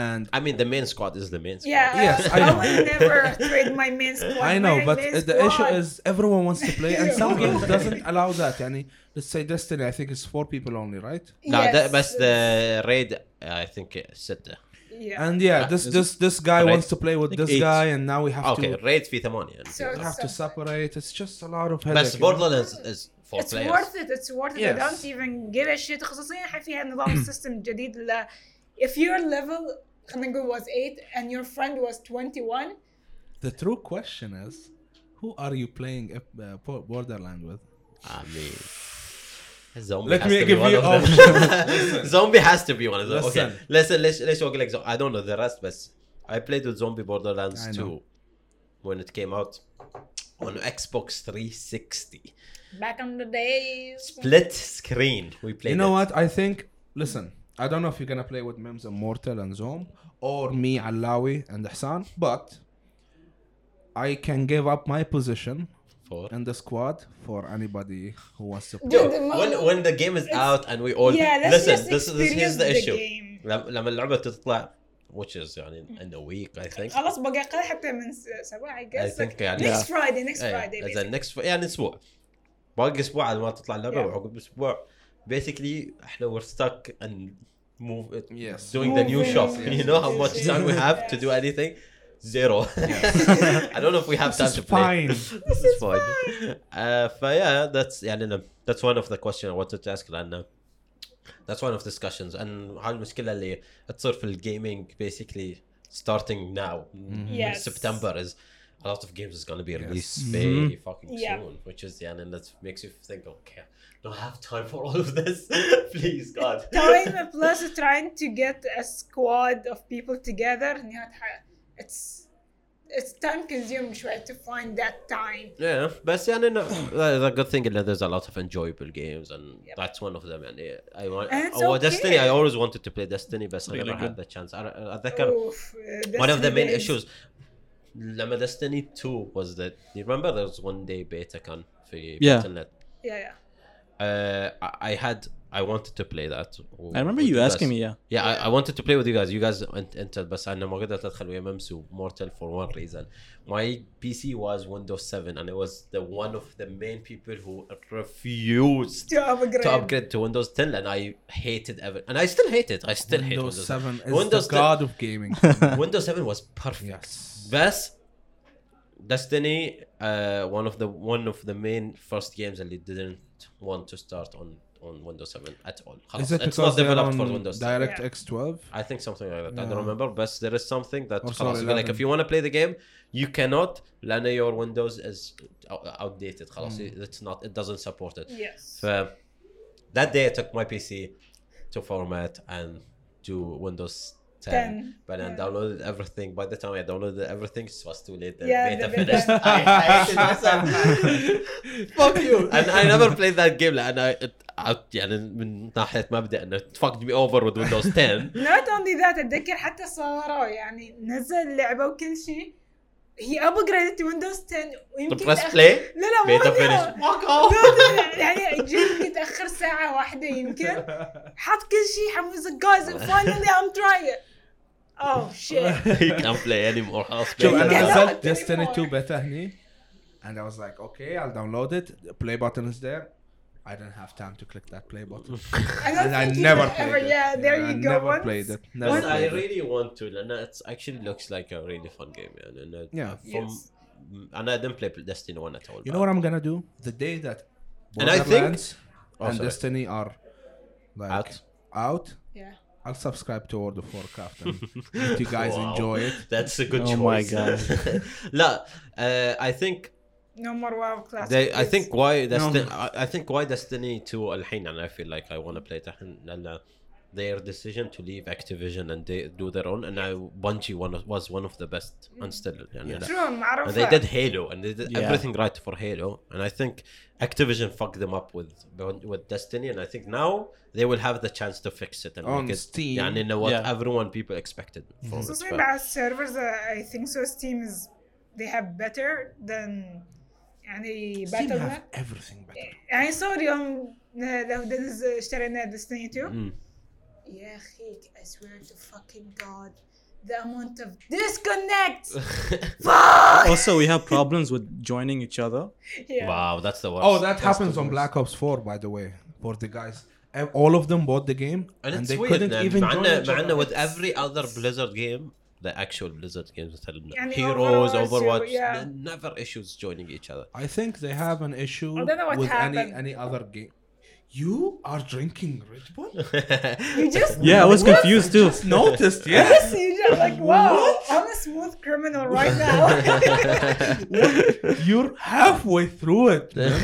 Speaker 2: and
Speaker 1: I mean the main squad is the main squad
Speaker 4: Yeah,
Speaker 2: Yes,
Speaker 4: I,
Speaker 2: I
Speaker 4: I
Speaker 2: know.
Speaker 4: would never trade my main squad.
Speaker 2: I know,
Speaker 4: my
Speaker 2: but
Speaker 4: main
Speaker 2: the issue
Speaker 4: squad.
Speaker 2: is everyone wants to play, and some games doesn't allow that. Yani, let's say Destiny, I think it's four people only, right?
Speaker 1: No,
Speaker 4: Yes,
Speaker 1: that, بس
Speaker 4: it's-
Speaker 1: the raid I think Ah, ستة
Speaker 4: yeah.
Speaker 2: And yeah, this
Speaker 3: is
Speaker 2: this this guy
Speaker 1: Right.
Speaker 2: wants to play with
Speaker 1: Like
Speaker 2: this
Speaker 1: eight.
Speaker 2: guy, and now we have
Speaker 1: اوكي
Speaker 2: to
Speaker 1: raid في ثمانية
Speaker 4: So-
Speaker 2: we have to separate. It's just a lot of
Speaker 1: بس
Speaker 2: headache. you know?
Speaker 1: Borderlands is for
Speaker 4: It's
Speaker 1: players
Speaker 4: worth it. It's worth it. I
Speaker 2: Yes.
Speaker 4: don't even give a shit. خصوصيا الحين فيها نظام سيستم جديد ل if your level خلينا نقول was 8 and your friend was 21
Speaker 2: The true question is, who are you playing uh, Bo- Borderland with?
Speaker 1: I mean, zombie
Speaker 2: Let
Speaker 1: has
Speaker 2: me
Speaker 1: to be
Speaker 2: give
Speaker 1: one
Speaker 2: you
Speaker 1: of them. zombie has to be one of them. Okay,
Speaker 2: Listen.
Speaker 1: listen, let's let's talk like zo- I don't know the rest, but I played with Zombie Borderlands
Speaker 2: I know.
Speaker 1: 2 when it came out on Xbox 360.
Speaker 4: back on the days
Speaker 1: Split screen. We played.
Speaker 2: You know
Speaker 1: it.
Speaker 2: what? I think. Listen, I don't know if you're gonna play with Mims Immortal and Zom or me Alawi and Hassan, but I can give up my position
Speaker 1: For
Speaker 2: in the squad for anybody who wants to play.
Speaker 4: Dude,
Speaker 1: Dude,
Speaker 4: ما-
Speaker 1: when when the game is out and we all
Speaker 4: Yeah, let's
Speaker 1: listen,
Speaker 4: just
Speaker 1: this this
Speaker 4: experience
Speaker 1: here's the
Speaker 4: the
Speaker 1: issue.
Speaker 4: game.
Speaker 1: لما لما اللعبه تطلع which is يعني in a week I think.
Speaker 4: خلاص بقى اقل حتى من س- سبعه
Speaker 1: I
Speaker 4: I guess
Speaker 1: think
Speaker 4: like,
Speaker 1: يعني
Speaker 4: next Friday next Friday
Speaker 1: اذا
Speaker 4: basically.
Speaker 1: next يعني اسبوع باقي اسبوع على ما تطلع اللعبه
Speaker 4: Yeah.
Speaker 1: وعقب اسبوع basically احنا we're stuck and move
Speaker 2: Yes.
Speaker 1: doing the new
Speaker 4: Moving,
Speaker 1: shop
Speaker 2: yes,
Speaker 1: you know how
Speaker 4: yes,
Speaker 1: much
Speaker 4: yes,
Speaker 1: time we have to
Speaker 4: yes.
Speaker 1: do anything zero I don't know if we have time
Speaker 2: This
Speaker 1: to
Speaker 2: is
Speaker 1: play
Speaker 2: fine.
Speaker 1: This is fine. Uh, فيا that's يعني أنا- that's one of the question I wanted to ask لأن that's one of the discussions and هاي المشكلة اللي تصير في الجيمنج basically starting now
Speaker 4: Yes.
Speaker 1: September is a lot of games is gonna be released
Speaker 3: Yes.
Speaker 1: very fucking
Speaker 4: Yeah.
Speaker 1: soon which is يعني and that makes you think okay I don't have time for all of this please God
Speaker 4: time plus trying to get a squad of people together إنها تح- it's it's time consuming شوي to find that time
Speaker 1: Yeah, بس يعني no, the the good thing is that there's a lot of enjoyable games and
Speaker 4: Yep.
Speaker 1: that's one of them يعني I want
Speaker 4: And it's
Speaker 1: oh,
Speaker 4: okay.
Speaker 1: Destiny I always wanted to play Destiny بس really I
Speaker 3: Really
Speaker 1: never had
Speaker 3: good.
Speaker 1: the chance I, I أتذكر
Speaker 4: Oof, uh,
Speaker 1: one of the
Speaker 4: Destiny
Speaker 1: main
Speaker 4: days.
Speaker 1: issues لما Destiny 2 was that you remember there was one day beta كان في
Speaker 3: Yeah.
Speaker 1: internet
Speaker 4: Yeah, yeah.
Speaker 1: uh, I- I had I wanted to play that
Speaker 3: I remember you asking me, yeah.
Speaker 1: Yeah, I, I wanted to play with you guys. You guys ent- entered, but أنا ما قدرت أدخل ويا ممس ومورتل for one reason. My PC was Windows 7 and I was the one of the main people who refused
Speaker 4: To upgrade.
Speaker 1: to upgrade to Windows 10 and I hated every and I still hate it. I still hate
Speaker 2: Windows
Speaker 1: Windows
Speaker 2: 7 is
Speaker 1: Windows
Speaker 2: the god of gaming.
Speaker 1: 7. Windows 7 was perfect.
Speaker 2: yes.
Speaker 1: بس Destiny uh, one of the one of the main first games that they didn't want to start on on Windows 7 at all. خلاص.
Speaker 2: Is it
Speaker 1: It's
Speaker 2: because
Speaker 1: not
Speaker 2: they're
Speaker 1: developed for
Speaker 2: on
Speaker 1: Windows 10.
Speaker 2: DirectX 12?
Speaker 1: I think something like that. I
Speaker 2: Yeah.
Speaker 1: don't remember, but there is something that
Speaker 2: Or
Speaker 1: خلاص,
Speaker 2: sorry,
Speaker 1: you're like
Speaker 2: 11.
Speaker 1: if you want to play the game, you cannot لأن your Windows is out- outdated. خلاص, it's not, it doesn't support it.
Speaker 4: Yes.
Speaker 1: So that day I took my PC to format and do Windows 10,
Speaker 4: 10,
Speaker 1: but then
Speaker 4: yeah.
Speaker 1: downloaded everything. By the time I downloaded everything, it was too late. The
Speaker 4: Yeah,
Speaker 1: beta
Speaker 4: the beta.
Speaker 1: finished. I hated myself. Fuck you. And I never played that game لأن I, it, out- يعني من ناحية مبدأ أنه it fucked me over with Windows 10.
Speaker 4: Not only that اتذكر حتى صاروا يعني نزل لعبه وكل شيء هي ابجريد ويندوز 10 ويمكن
Speaker 1: press
Speaker 4: تأخر-
Speaker 1: play,
Speaker 4: لا لا مو
Speaker 1: beta
Speaker 4: لا.
Speaker 1: finished.
Speaker 4: لا، لا، يعني جيم متاخر ساعه واحده يمكن حط كل شيء حمس جايز فاينلي ام تراي اوه شيت
Speaker 1: he can't play anymore. خلاص
Speaker 2: شوف
Speaker 1: beta.
Speaker 2: انا
Speaker 4: Yeah,
Speaker 2: نزلت
Speaker 4: no,
Speaker 2: ديستني
Speaker 4: anymore.
Speaker 2: 2 بيتا هني and I was like okay I'll download it the play button is there I didn't have time to click that play button and I never played it
Speaker 4: Yeah, there
Speaker 2: I
Speaker 4: you go.
Speaker 2: never
Speaker 4: Once-
Speaker 2: played it never
Speaker 1: But I
Speaker 2: played it
Speaker 1: really want to. And it actually looks like a really fun game. And, and uh,
Speaker 2: Yeah.
Speaker 1: From,
Speaker 4: Yes.
Speaker 1: And I didn't play Destiny 1 at all.
Speaker 2: you know what I'm gonna do the day that
Speaker 1: And I think-
Speaker 2: Borderlands
Speaker 1: Oh,
Speaker 2: and
Speaker 1: sorry.
Speaker 2: Destiny are like
Speaker 1: Out.
Speaker 2: out, out
Speaker 4: Yeah.
Speaker 2: I'll subscribe to World of Warcraft and let you guys
Speaker 1: Wow.
Speaker 2: enjoy it
Speaker 1: That's a good
Speaker 3: Oh
Speaker 1: choice.
Speaker 3: my God.
Speaker 1: لا uh, I think
Speaker 4: No more WoW class.
Speaker 1: they, I think why Destiny
Speaker 3: No.
Speaker 1: I, I think why Destiny 2 الحين and I feel like I want to play it الحين لأن their decision to leave Activision and they do their own and I Bungie one of, was one of the best and still يعني أنا-
Speaker 4: True, معروفة.
Speaker 1: And they did Halo, and they did
Speaker 3: Yeah.
Speaker 1: everything right for Halo. And I think Activision fucked them up with with Destiny, and I think now they will have the chance to fix it and
Speaker 2: On
Speaker 1: make it,
Speaker 2: Steam. Mhm.
Speaker 1: Yeah, and you know what
Speaker 3: Yeah.
Speaker 1: everyone people expected from it.
Speaker 4: Especially
Speaker 1: But-
Speaker 4: about servers, uh, I think so. Steam is they have better than يعني
Speaker 2: Steam
Speaker 4: Battle.net.
Speaker 2: have everything better
Speaker 4: يعني صار يوم لو دنز اشترينا ديستني 2
Speaker 1: Mm.
Speaker 4: يا اخي I swear to fucking god the amount of disconnects fuck
Speaker 3: Also, we have problems with joining each other.
Speaker 4: yeah.
Speaker 1: Wow, that's the worst.
Speaker 2: oh that happens on Black Ops 4 by the way for the guys Ev- all of them bought the game
Speaker 1: and
Speaker 2: and,
Speaker 1: it's
Speaker 2: they
Speaker 1: weird.
Speaker 2: couldn't
Speaker 1: man.
Speaker 2: even
Speaker 1: مع
Speaker 2: join
Speaker 1: إنه-
Speaker 2: each
Speaker 1: مع
Speaker 2: other.
Speaker 1: إنه with every other Blizzard game, the actual Blizzard games, مثلا
Speaker 4: يعني
Speaker 1: Heroes,
Speaker 4: Overwatch,
Speaker 1: Overwatch,
Speaker 4: yeah.
Speaker 1: they're never issues joining each other.
Speaker 2: I think they have an issue
Speaker 4: I don't know what
Speaker 2: with any
Speaker 4: happened.
Speaker 2: any other game. You are drinking Red Bull?
Speaker 4: you just
Speaker 3: Yeah, I was
Speaker 2: What?
Speaker 3: confused
Speaker 2: I
Speaker 3: too.
Speaker 2: just noticed, yeah.
Speaker 4: Yes, you just like wow, I'm a smooth criminal right now.
Speaker 2: You're halfway through it. man.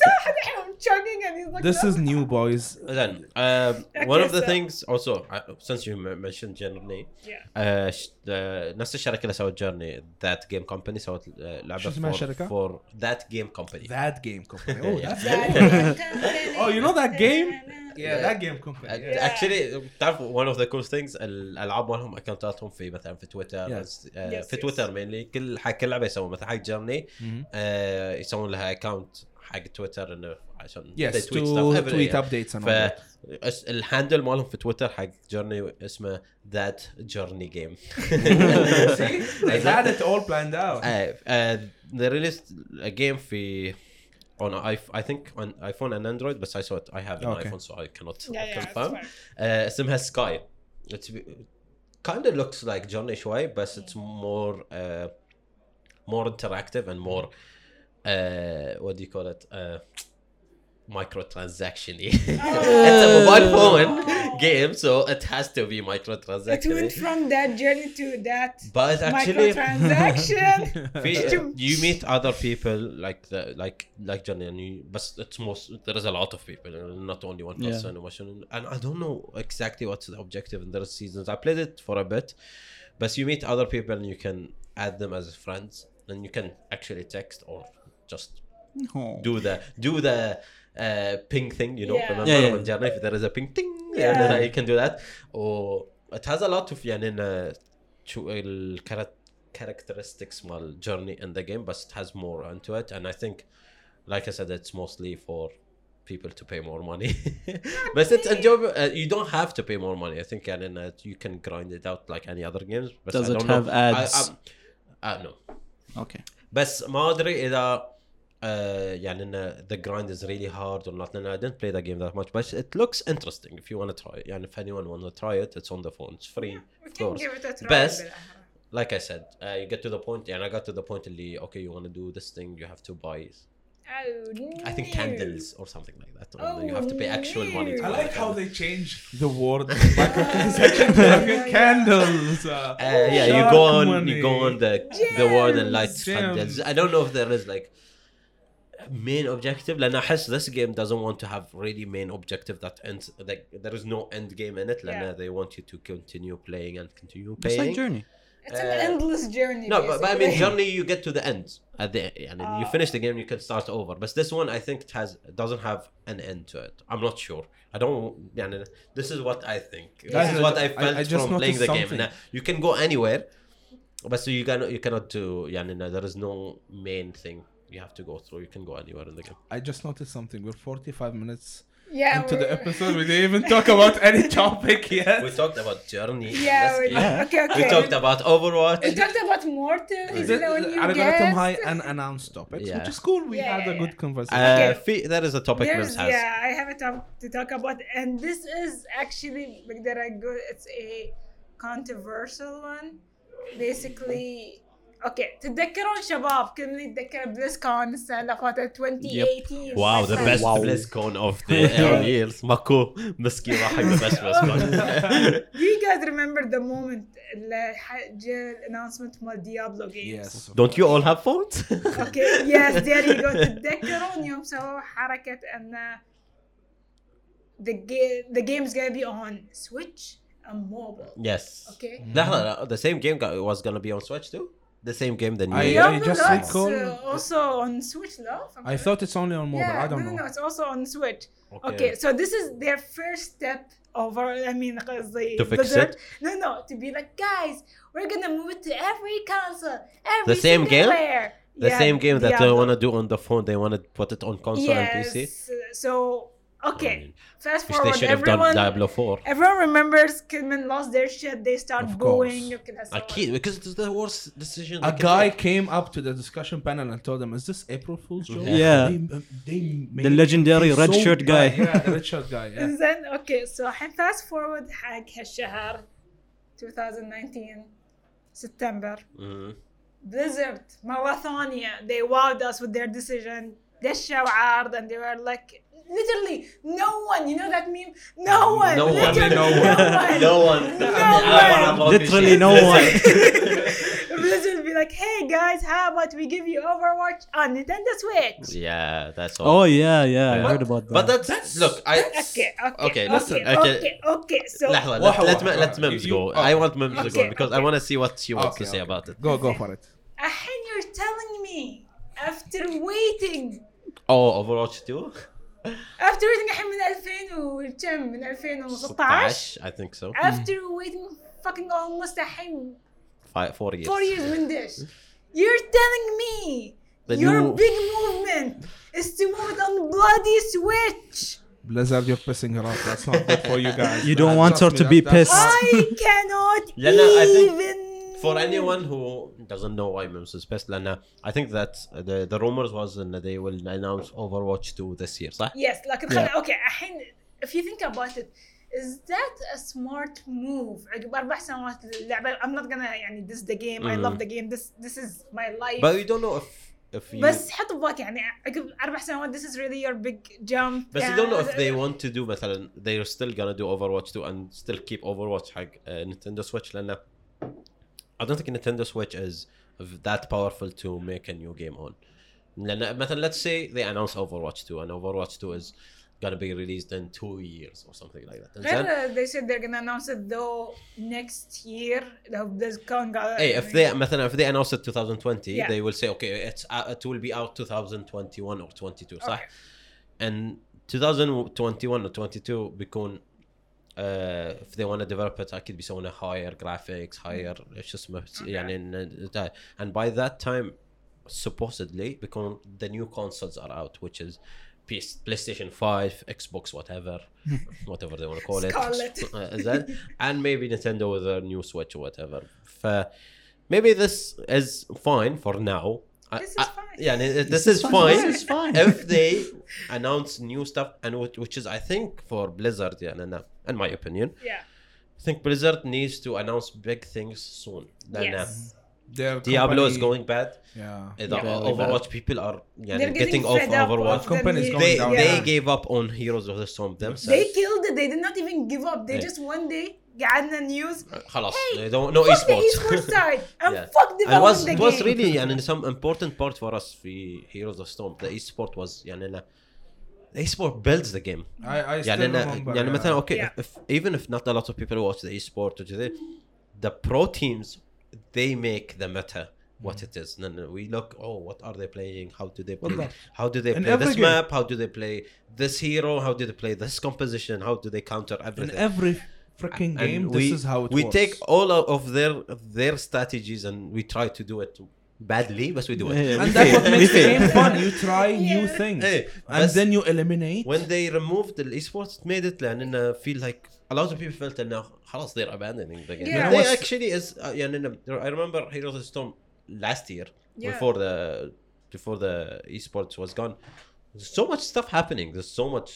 Speaker 4: so I'm chugging and he's like "Oh,
Speaker 2: This
Speaker 4: no.
Speaker 2: is new, boys.
Speaker 1: Then, um, one of the
Speaker 4: so-
Speaker 1: things also uh, since you m- mentioned Journey,
Speaker 4: Yeah.
Speaker 1: uh, sh- uh, نفس الشركه اللي سوت Journey that game company سوت uh, لعبه
Speaker 2: شو اسمها
Speaker 1: for-
Speaker 2: الشركة؟
Speaker 1: for that game company.
Speaker 2: That game company. Oh,
Speaker 1: Yeah.
Speaker 2: that's
Speaker 4: oh,
Speaker 2: Oh, you know that game? Yeah, that game company.
Speaker 1: Uh,
Speaker 2: Yeah.
Speaker 1: actually تعرف one of the cool things الالعاب مالهم اكونتاتهم في مثلا في تويتر
Speaker 2: Yes.
Speaker 1: uh,
Speaker 4: Yes,
Speaker 1: في
Speaker 4: yes.
Speaker 1: تويتر مينلي كل حق كل لعبه يسوون مثلا حق جيرني
Speaker 2: Mhm.
Speaker 1: آه يسوون لها اكونت حق تويتر انه عشان
Speaker 2: Yes,
Speaker 1: they
Speaker 2: to
Speaker 1: stuff every
Speaker 2: tweet
Speaker 1: year.
Speaker 2: updates and
Speaker 1: ف
Speaker 2: all that.
Speaker 1: اس- الهاندل مالهم في تويتر حق جيرني اسمه ذات جيرني جيم
Speaker 2: See, they had it all planned out.
Speaker 1: Eh, they released a game في on I- I think on iPhone and Android بس I saw it I have an
Speaker 2: Okay.
Speaker 1: iPhone so I cannot
Speaker 4: Yeah, yeah, it's
Speaker 1: confirm
Speaker 4: fine.
Speaker 1: uh, اسمها سكاي it's kind of looks like Journey شوي بس it's more uh, more interactive and more uh, what do you call it uh, microtransaction it's a mobile phone game so it has to be
Speaker 4: Oh. It went
Speaker 1: microtransaction
Speaker 4: from that journey to that
Speaker 1: but actually
Speaker 4: microtransaction.
Speaker 1: في, you meet other people like the, like like Johnny and you but it's most there is a lot of people not only one
Speaker 3: Yeah.
Speaker 1: person emotion and I don't know exactly what's the objective in those seasons I played it for a bit but you meet other people and you can add them as friends and you can actually text or just
Speaker 3: Oh.
Speaker 1: do the do the uh, ping thing you know
Speaker 4: Yeah.
Speaker 1: remember
Speaker 3: Yeah, yeah.
Speaker 1: on Journey if there is a ping ting
Speaker 4: Yeah.
Speaker 1: yeah. you can do that or it has a lot of يعني إنه شو ال characteristics مال journey in the game but it has more into it and I think like I said it's mostly for people to pay more money but it's enjoyable uh, you don't have to pay more money I think يعني إنه you can grind it out like any other games but
Speaker 3: Does
Speaker 1: I
Speaker 3: it
Speaker 1: don't
Speaker 3: have
Speaker 1: know. I,
Speaker 3: ads?
Speaker 1: I, I, no
Speaker 3: Okay.
Speaker 1: بس ما ادري اذا آه يعني انه the grind is really hard or not لان I didn't play the game that much but it looks interesting if you want to try it يعني if anyone want to try it it's on the phone it's free
Speaker 4: We
Speaker 1: of
Speaker 4: can
Speaker 1: course
Speaker 4: give it a try. uh-huh.
Speaker 1: Best.
Speaker 4: بالآخر.
Speaker 1: like I said uh, you get to the point and I got to the point اللي okay you want to do this thing you have to buy
Speaker 4: Oh,
Speaker 1: I think
Speaker 4: no.
Speaker 1: candles or something like that or
Speaker 4: Oh,
Speaker 1: you have to pay actual money to
Speaker 2: I
Speaker 1: buy
Speaker 2: like how
Speaker 1: candles.
Speaker 2: they change the word microtransaction to like candles. Uh,
Speaker 1: Uh, yeah, you
Speaker 2: shark
Speaker 1: go on,
Speaker 2: money.
Speaker 1: you go on the the world and light
Speaker 2: Gems.
Speaker 1: candles. I don't know if there is like main objective. لأن أحس this game doesn't want to have really main objective that ends. Like there is no end game in it. لأن
Speaker 4: Yeah.
Speaker 1: they want you to continue playing and continue
Speaker 3: It's like
Speaker 1: playing.
Speaker 3: Journey.
Speaker 4: It's an
Speaker 1: Uh,
Speaker 4: endless journey.
Speaker 1: no, but, but I mean,
Speaker 4: basically.
Speaker 1: generally you get to the end at the and you finish the game, you can start over. But this one, I think, it has doesn't have an end to it. I'm not sure. I don't. يعني, this is what I think. This
Speaker 2: Guys,
Speaker 1: is what
Speaker 2: I-
Speaker 1: I felt
Speaker 2: I just
Speaker 1: from playing the
Speaker 2: noticed
Speaker 1: game. Now, you can go anywhere, but so you cannot you cannot do. يعني, no, there is no main thing you have to go through. You can go anywhere in the game.
Speaker 2: I just noticed something. We're 45 minutes
Speaker 4: yeah,
Speaker 2: into
Speaker 4: we-
Speaker 2: the episode. We didn't even talk about any topic yet.
Speaker 1: We talked about journey.
Speaker 4: Yeah, we,
Speaker 1: we,
Speaker 4: okay, okay.
Speaker 1: we talked about Overwatch.
Speaker 4: We talked about Mortal. Is
Speaker 2: Th-
Speaker 4: it a new
Speaker 2: Are gonna come
Speaker 4: guest?
Speaker 2: uh, high and announce topics,
Speaker 1: Yeah.
Speaker 2: which is cool. We
Speaker 4: Yeah,
Speaker 2: had
Speaker 4: yeah,
Speaker 2: a
Speaker 4: yeah.
Speaker 2: good conversation.
Speaker 1: Uh,
Speaker 4: Okay.
Speaker 1: في there is a topic
Speaker 4: There's,
Speaker 1: Mims has.
Speaker 4: yeah, I have a topic to talk about, and this is actually that I go. It's a controversial one, basically. Okay, تتذكرون شباب كنا نتذكر BlizzCon السنة اللي فاتت 2018
Speaker 1: Wow, the
Speaker 4: مثلاً.
Speaker 1: best
Speaker 3: Wow.
Speaker 1: BlizzCon of the early years. ماكو مسكين راح حق the best BlizzCon.
Speaker 4: Do you guys remember the moment اللي ح- جاء الانونسمنت مال Diablo games؟
Speaker 2: yes.
Speaker 1: Don't you all have phones?
Speaker 4: اوكي يس there you go تتذكرون يوم سووا حركة ان uh, the ga- the game's gonna be on Switch and mobile
Speaker 1: yes.
Speaker 4: okay
Speaker 1: لحظة لا, the same game got- was gonna be on Switch too? The same game the new
Speaker 2: I-
Speaker 1: year?
Speaker 2: I just
Speaker 4: Diablo that's,
Speaker 2: recall-
Speaker 4: uh, also on Switch no If I'm
Speaker 2: I thought it's only on mobile.
Speaker 4: yeah,
Speaker 2: I don't
Speaker 4: no,
Speaker 2: know.
Speaker 4: No, no, it's also on Switch. Okay. so this is their first step over. I mean, قصدي
Speaker 1: To fix
Speaker 4: Blizzard. No, no, to be like, guys, we're gonna move it to every console, every
Speaker 1: The same
Speaker 4: single
Speaker 1: game?
Speaker 4: player.
Speaker 1: The
Speaker 4: Yeah,
Speaker 1: same game that they
Speaker 4: Diablo.
Speaker 1: wanna do on the phone, they wanna put it on console and
Speaker 4: yes.
Speaker 1: PC.
Speaker 4: So
Speaker 1: I
Speaker 4: okay,
Speaker 1: mean,
Speaker 4: fast
Speaker 1: Which they
Speaker 4: forward.
Speaker 1: should have done
Speaker 4: Everyone,
Speaker 1: Diablo 4.
Speaker 4: everyone remembers Kidman lost their shit. They start
Speaker 2: Of
Speaker 4: booing.
Speaker 2: course.
Speaker 4: وكذا سوا.
Speaker 1: أكيد because it's the worst decision.
Speaker 2: A
Speaker 1: they can
Speaker 2: guy
Speaker 1: make.
Speaker 2: came up to the discussion panel and told them, "Is this April Fool's joke?"
Speaker 3: Yeah.
Speaker 2: They, uh, they made
Speaker 3: The legendary
Speaker 2: it
Speaker 3: red shirt guy.
Speaker 2: bad. Yeah, the red shirt guy. Yeah.
Speaker 4: انزين اوكي سو الحين فاست فورورد حق هالشهر 2019 سبتمبر
Speaker 1: Mhm.
Speaker 4: بليزرد مرة ثانية they wowed us with their decision دشوا عرض and they were like literally no one you know that meme no one
Speaker 1: No one.
Speaker 4: literally
Speaker 2: No
Speaker 1: No one.
Speaker 4: No
Speaker 1: I wanna
Speaker 4: one.
Speaker 1: vote this
Speaker 3: Literally
Speaker 1: shit.
Speaker 3: no
Speaker 1: Listen.
Speaker 3: one.
Speaker 4: Blizzard be like hey hey guys, how about we give you Overwatch on Nintendo Switch?
Speaker 1: Yeah, that's all.
Speaker 3: Oh yeah, yeah, I
Speaker 1: But-
Speaker 3: heard about that.
Speaker 1: But that's, look. I
Speaker 4: Okay, okay,
Speaker 1: Okay,
Speaker 4: okay,
Speaker 1: listen, okay.
Speaker 4: okay, okay, okay. So
Speaker 1: لحظة let,
Speaker 2: واحد-
Speaker 1: let,
Speaker 2: واحد.
Speaker 1: let Mims
Speaker 2: You-
Speaker 1: go.
Speaker 2: okay.
Speaker 1: I want Mims to go
Speaker 4: Okay,
Speaker 1: because I
Speaker 4: okay.
Speaker 1: want to see what she wants to
Speaker 2: Okay,
Speaker 1: say
Speaker 2: okay.
Speaker 1: about it.
Speaker 2: Go go for it.
Speaker 4: الحين you're telling me after waiting
Speaker 1: Oh, Overwatch 2?
Speaker 4: after waiting الحين من 2000 وكم من 2016
Speaker 1: 16 I think so.
Speaker 4: after waiting fucking almost الحين
Speaker 1: Five, four years.
Speaker 4: four years in this. You're telling me
Speaker 1: The
Speaker 4: your
Speaker 1: new-
Speaker 4: big movement is to move it on bloody Switch.
Speaker 2: Blizzard, you're pissing her off. That's not good for you guys.
Speaker 3: You don't
Speaker 2: man.
Speaker 3: want
Speaker 2: Trust
Speaker 3: her
Speaker 2: me,
Speaker 3: to
Speaker 2: that-
Speaker 3: be
Speaker 2: that's-
Speaker 3: pissed.
Speaker 4: I cannot
Speaker 1: لا لا I think
Speaker 4: even.
Speaker 1: for anyone who doesn't know why Mims is pissed لأن I think that the, the rumors was that they will announce Overwatch 2 this year صح؟
Speaker 4: Yes, لكن خل... okay الحين if you think about it is that a smart move عقب اربع سنوات اللعبه I'm not gonna يعني this the game I love the game this this is my life
Speaker 1: Mm-hmm. But we don't know if if you
Speaker 4: بس حط ببالك يعني عقب اربع سنوات this is really your big jump
Speaker 1: بس you don't know if they want to do مثلا they're still gonna do Overwatch 2 and still keep Overwatch حق uh, Nintendo Switch لأن I don't think Nintendo Switch is that powerful to make a new game on لأن مثلا let's say they announce Overwatch 2 and Overwatch 2 is gonna be released in two years or something like that
Speaker 4: Then,
Speaker 1: إنزين؟
Speaker 4: uh, they said they're gonna announce it though next year. They hope this con got.
Speaker 1: Hey, if they مثلا if they announce it 2020
Speaker 4: Yeah.
Speaker 1: they will say okay it's uh, it will be out 2021 or 22 صح
Speaker 4: Okay.
Speaker 1: and 2021 or 22 بيكون uh, if they want to develop it اكيد بيسوونه higher graphics higher شو اسمه يعني إن- تا- and by that time supposedly بيكون the new consoles are out which is PS- PlayStation 5 Xbox whatever whatever they want to call it
Speaker 4: Scarlet.
Speaker 1: Uh, زين and maybe Nintendo with a new Switch or whatever ف maybe this is fine for now I-
Speaker 4: This is
Speaker 1: I-
Speaker 4: fine.
Speaker 1: يعني this is fine
Speaker 3: This is fine.
Speaker 1: if they announce new stuff and which, which is I think for Blizzard yeah, and, and in my opinion
Speaker 4: Yeah.
Speaker 1: I think Blizzard needs to announce big things soon Then, uh,
Speaker 4: Yes.
Speaker 2: Their
Speaker 1: Diablo is
Speaker 2: company-
Speaker 1: going bad
Speaker 2: Yeah.
Speaker 1: the
Speaker 3: Yeah.
Speaker 1: Overwatch people are yeah,
Speaker 4: They're
Speaker 1: getting,
Speaker 4: getting,
Speaker 1: off
Speaker 4: fed up
Speaker 1: Overwatch
Speaker 4: of
Speaker 2: Overwatch. Companies
Speaker 4: the-
Speaker 2: going
Speaker 1: they,
Speaker 2: down.
Speaker 1: they
Speaker 4: Yeah.
Speaker 1: gave up on Heroes of the Storm
Speaker 4: They
Speaker 1: themselves
Speaker 4: killed it. They did not even give up. They
Speaker 1: Yeah.
Speaker 4: just one day قعدنا news.
Speaker 1: خلاص
Speaker 4: Hey,
Speaker 1: they don't know
Speaker 4: Fuck the
Speaker 1: esports
Speaker 4: esports side and
Speaker 1: Yeah.
Speaker 4: fuck
Speaker 1: And it
Speaker 4: developing
Speaker 1: was
Speaker 4: the
Speaker 1: it
Speaker 4: game.
Speaker 1: was really يعني some important part for us في Heroes of the Storm the esport was يعني لا- the esport builds the game
Speaker 2: I, I still
Speaker 1: يعني أنا
Speaker 2: remember, uh,
Speaker 1: يعني
Speaker 2: yeah.
Speaker 1: مثلا اوكي
Speaker 4: Yeah.
Speaker 1: if, even if not a lot of people watch the esport وكذي the pro teams they make the meta
Speaker 2: Mm.
Speaker 1: what it is and we look oh what are they playing how do they play
Speaker 2: والله.
Speaker 1: how do they
Speaker 2: In
Speaker 1: play this
Speaker 2: every game.
Speaker 1: map how do they play this hero how do they play this composition how do they counter
Speaker 2: in
Speaker 1: everything
Speaker 2: every freaking
Speaker 1: And
Speaker 2: game,
Speaker 1: we,
Speaker 2: this is how it
Speaker 1: we
Speaker 2: works.
Speaker 1: take all of of their their strategies and we try to do it badly but we do it
Speaker 3: Yeah, yeah.
Speaker 2: and that's what
Speaker 3: We
Speaker 2: makes the
Speaker 3: fail.
Speaker 2: game fun. You try new
Speaker 4: Yeah.
Speaker 2: things,
Speaker 1: Hey,
Speaker 2: and
Speaker 1: بس-
Speaker 2: then you eliminate.
Speaker 1: when they removed the esports it made it لأننا feel like a lot of people felt انه خلاص they're abandoning the game But
Speaker 4: Yeah.
Speaker 1: they
Speaker 2: Yeah.
Speaker 1: actually is uh, يعني إنه- I remember Heroes of the Storm last year
Speaker 4: Yeah.
Speaker 1: before the before the esports was gone there's so much stuff happening there's so much